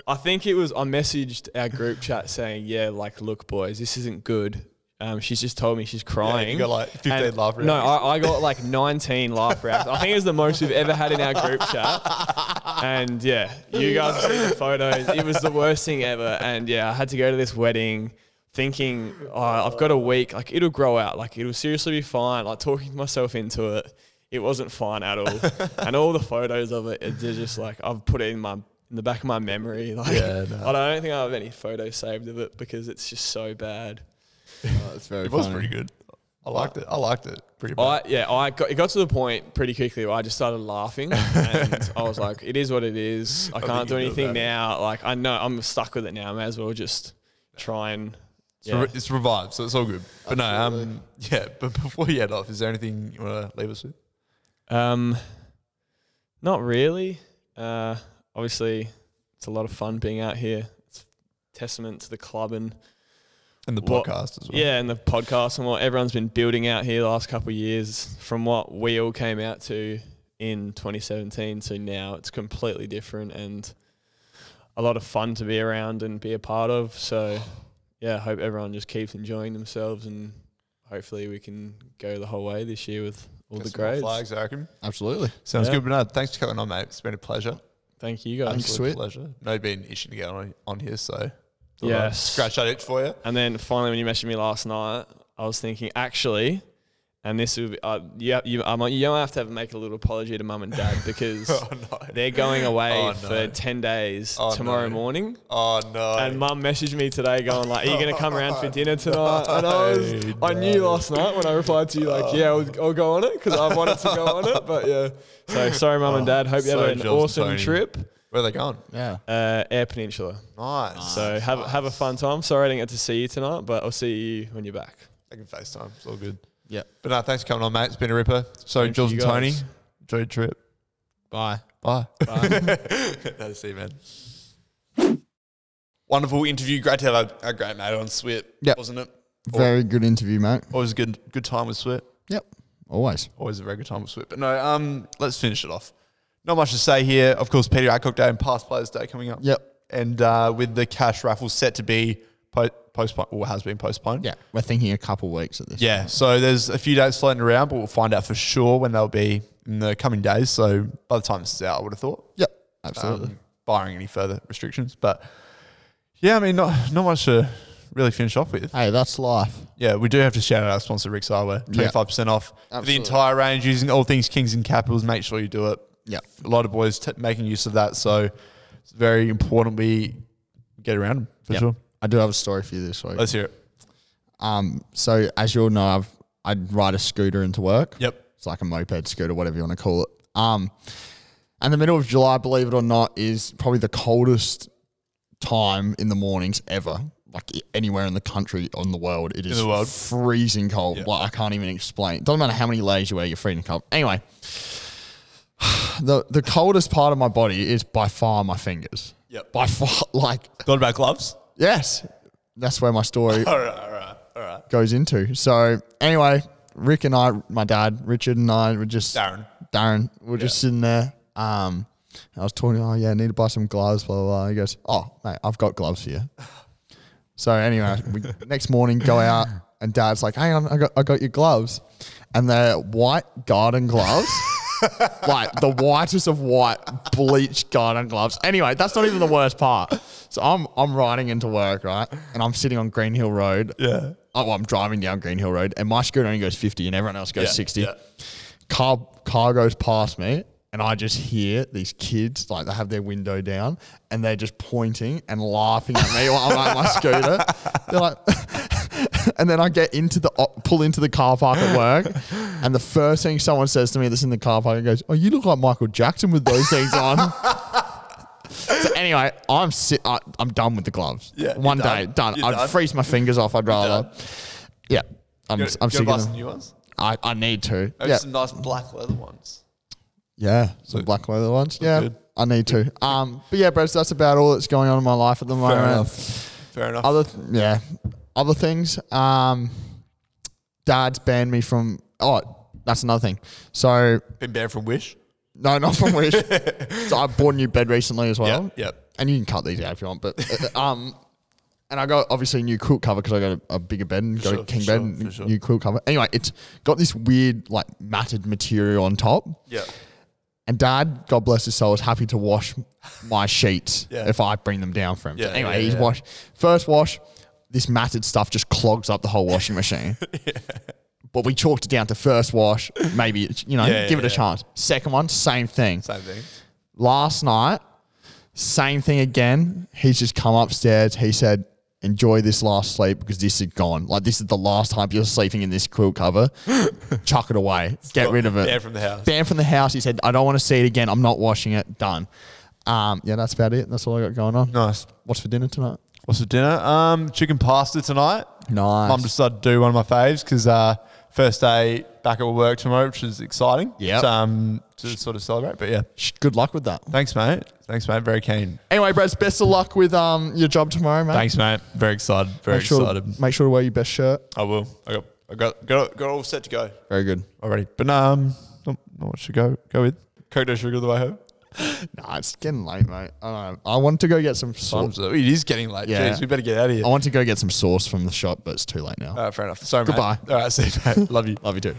S4: I think it was I messaged our group chat saying, "Yeah, like, look, boys, this isn't good. Um, she's just told me she's crying.
S1: you got like 15
S4: And-
S1: laugh
S4: No,
S1: reactions.
S4: I, I got like 19 laugh reactions. I think it was the most we've ever had in our group chat. And yeah, you guys have seen the photos. It was the worst thing ever. And yeah, I had to go to this wedding thinking, oh, I've got a week. Like, it'll grow out. Like, it'll seriously be fine. Like, talking myself into it. It wasn't fine at all.
S1: [LAUGHS]
S4: and all the photos of it, it's just like, I've put it in my. In the back of my memory, like
S1: Yeah, no.
S4: I don't think I have any photos saved of it because it's just so bad.
S2: that's very
S1: It was pretty good. I liked it. I liked it pretty much.
S4: I yeah, I got it got to the point pretty quickly where I just started laughing and I was like, it is what it is. [LAUGHS] I can't do
S1: you feel
S4: anything
S1: that.
S4: now. Like I know I'm stuck with it now. I may as well just try and
S1: It's,
S4: yeah.
S1: re- it's revived, so it's all good. But no, um, yeah. [LAUGHS] But before you head off, is there anything you want to leave us with?
S4: Um, not really. Uh, obviously, it's a lot of fun being out here. It's testament to the club and
S1: And the
S4: What-
S1: podcast as well.
S4: yeah, and the podcast and what everyone's been building out here the last couple of years. From what we all came out to in 2017 to now, it's completely different and a lot of fun to be around and be a part of. So, yeah, I hope everyone just keeps enjoying themselves and hopefully we can go the whole way this year with all
S1: Got
S4: the
S1: some more
S4: grades.
S1: Flags, I reckon.
S2: Absolutely.
S1: Sounds
S4: Yeah.
S1: good, but no, thanks for coming on, mate. It's been a pleasure.
S4: Thank you guys.
S2: Thanks,
S1: Absolute
S2: sweet.
S1: pleasure. No been itching to get on, on here, so thought I'd
S4: Yes.
S1: scratch that itch for you. [LAUGHS]
S4: And then finally, when you messaged me last night, I was thinking actually, and this will be, uh, you, you, I'm, you don't have to have, make a little apology to mum
S1: [LAUGHS]
S4: and dad because
S1: Oh, no.
S4: they're
S1: [GASPS]
S4: going away
S1: Oh, no.
S4: for 10 days
S1: Oh,
S4: tomorrow
S1: no.
S4: morning.
S1: Oh no.
S4: And mum messaged me today going like, are you going to come
S1: [LAUGHS]
S4: around for dinner tonight? And I,
S1: Oh,
S4: was, I knew last night when I replied to you like, yeah, I'll, I'll go on it because I wanted to go on it. But yeah, so sorry, mum and dad. Hope you
S1: so
S4: had an
S1: jealous of
S4: awesome
S1: Oh, Tony.
S4: trip.
S1: Where are they going?
S2: Yeah.
S4: Uh, Air Peninsula.
S1: Nice.
S4: So have, have a fun time. Sorry I didn't get to see you tonight, but I'll see you when you're back.
S1: I can FaceTime. It's all good.
S2: Yep.
S1: But no, thanks for coming on, mate. It's been a ripper. So,
S4: Thank
S1: Jules
S4: you
S1: and Tony,
S4: guys.
S1: enjoy your trip.
S2: Bye.
S1: [LAUGHS] Bye. nice to see you, man. Wonderful interview. Great to have our, our great mate on Swip,
S2: Yep.
S1: wasn't it?
S2: Very good interview, mate.
S1: Always a good good time with Swip.
S2: Yep. Always.
S1: Always a very good time with Swip. But no, um, let's finish it off. Not much to say here. Of course, Peter Adcock Day and Past Players Day coming up.
S2: Yep.
S1: And uh, with the cash raffle set to be po- postponed, or has been postponed.
S2: Yeah. We're thinking a couple weeks at this.
S1: Yeah, so there's a few dates floating around, but we'll find out for sure when they'll be in the coming days. So by the time this is out, I would have thought,
S2: Yep.
S1: um,
S2: Absolutely.
S1: barring any further restrictions. But yeah, I mean, not not much to really finish off with.
S2: hey, that's life.
S1: Yeah, we do have to shout out our sponsor, Rick's Hardware.
S2: Uh, Yeah.
S1: 25% off for the
S2: Absolutely.
S1: entire range using all things Kings and Capitals. Make sure you do it.
S2: Yep.
S1: A lot of boys t- making use of that. So it's very important we get around 'em, for
S2: Yep.
S1: sure.
S2: I do have a story for you this week.
S1: Let's hear it.
S2: Um, so as you all know, I've I'd ride a scooter into work.
S1: Yep.
S2: It's like a moped scooter, whatever you want to call it. Um, and the middle of July, believe it or not, is probably the coldest time in the mornings ever. Like i- anywhere in the country, on the world, it is
S1: the world.
S2: freezing cold. Like I can't even explain. Doesn't matter how many layers you wear, you're freezing cold. Anyway, [SIGHS] the the coldest part of my body is by far my fingers.
S1: Yep.
S2: By far, [LAUGHS] like
S1: Thought about gloves?
S2: yes, that's where my
S1: [LAUGHS]
S2: story
S1: All right, all right, all right.
S2: goes into. So anyway, Rick and I, my dad, Richard and I were just
S1: Darren.
S2: Darren, we're just sitting there. Um, and I was talking. Oh yeah, I need to buy some gloves. Blah blah. blah. He goes, oh mate, I've got gloves for you. So anyway, we, next morning go out and Dad's like, hang on, I got I got your gloves, and they're white garden gloves. like the whitest of white bleached garden gloves. Anyway, that's not even the worst part. So I'm I'm riding into work, right? And I'm sitting on Green Hill Road
S1: Yeah.
S2: oh, I'm driving down Green Hill Road, and my scooter only goes 50, and everyone else goes
S1: Yeah,
S2: 60.
S1: yeah.
S2: Car car goes past me, and I just hear these kids like they have their window down, and they're just pointing and laughing at me while I'm at my scooter. They're like. [LAUGHS] And then I get into the op- pull into the car park at work, and the first thing someone says to me that's in the car park goes, "Oh, you look like Michael Jackson with those things on." [LAUGHS] so anyway, I'm si- I, I'm done with the gloves.
S1: Yeah, you're
S2: one
S1: done.
S2: day done.
S1: You're
S2: I'd
S1: done.
S2: freeze my fingers off. I'd rather. Yeah, I'm.
S1: You
S2: I'm
S1: gonna
S2: sick
S1: buy
S2: of
S1: some
S2: them.
S1: new ones?
S2: I, I need to.
S1: Maybe
S2: yeah,
S1: some nice black leather ones.
S2: yeah. Some black leather ones. Yeah,
S1: good.
S2: I need to. Um, but yeah, Brad, so that's about all that's going on in my life at the moment.
S1: Fair enough.
S2: Other, th- yeah, other things. Um, Dad's banned me from. Oh, that's another thing. So
S1: Been banned from Wish.
S2: no,
S1: [LAUGHS]
S2: not from Wish. so I bought a new bed recently as well.
S1: Yep.
S2: And you can cut these out if you want, but uh, um, and I got obviously a new quilt cover because I got a, a bigger bed and
S1: For
S2: got
S1: sure,
S2: a
S1: for
S2: king
S1: sure,
S2: bed and
S1: for sure.
S2: new quilt cover. Anyway, it's got this weird like matted material on top.
S1: Yeah.
S2: And dad, God bless his soul, is happy to wash my sheets
S1: [LAUGHS] Yeah.
S2: if I bring them down for him.
S1: Yeah,
S2: anyway,
S1: yeah,
S2: he's
S1: yeah.
S2: washed. First wash, this matted stuff just clogs up the whole
S1: [LAUGHS]
S2: washing machine. But we chalked it down to first wash. Maybe, it's- you know,
S1: Yeah, yeah,
S2: give it a
S1: yeah.
S2: chance. Second one, same thing.
S1: Same thing.
S2: Last night, same thing again. He's just come upstairs. He said, enjoy this last sleep because this is gone. Like, this is the last time you're sleeping in this
S1: [LAUGHS]
S2: quilt cover. Chuck it away. Get rid of it
S1: Banned from the house.
S2: banned from the house. He said, I don't want to see it again. I'm not washing it. Done. Um, yeah, that's about it. That's all I got going on.
S1: Nice.
S2: What's for dinner tonight?
S1: What's for dinner? Um, chicken pasta tonight.
S2: Nice.
S1: Mum decided to do one of my faves because uh, first day back at work tomorrow, which is exciting.
S2: Yep.
S1: So, um, to sort of celebrate. But yeah,
S2: Sh- Good luck with that.
S1: thanks, mate. Thanks, mate. Very keen.
S2: Anyway, Brad, best of luck with um, your job tomorrow, mate.
S1: Thanks, mate. Very excited. Very
S2: Make sure,
S1: excited.
S2: make sure to wear your best shirt.
S1: I will. I got. I got. Got. Got all set to go
S2: Very good.
S1: already. But no, um, not, not much to go. Go with Coke no sugar the way home.
S2: Nah, it's getting late, mate. I don't know. I want to go get some sauce.
S1: Time's up. It is getting late.
S2: Yeah.
S1: Jeez, we better get out of here.
S2: I want to go get some sauce from the shop, but it's too late now.
S1: Uh, All right, fair enough. Sorry,
S2: Goodbye.
S1: mate. All right, see you, mate. Love you.
S2: Love you too.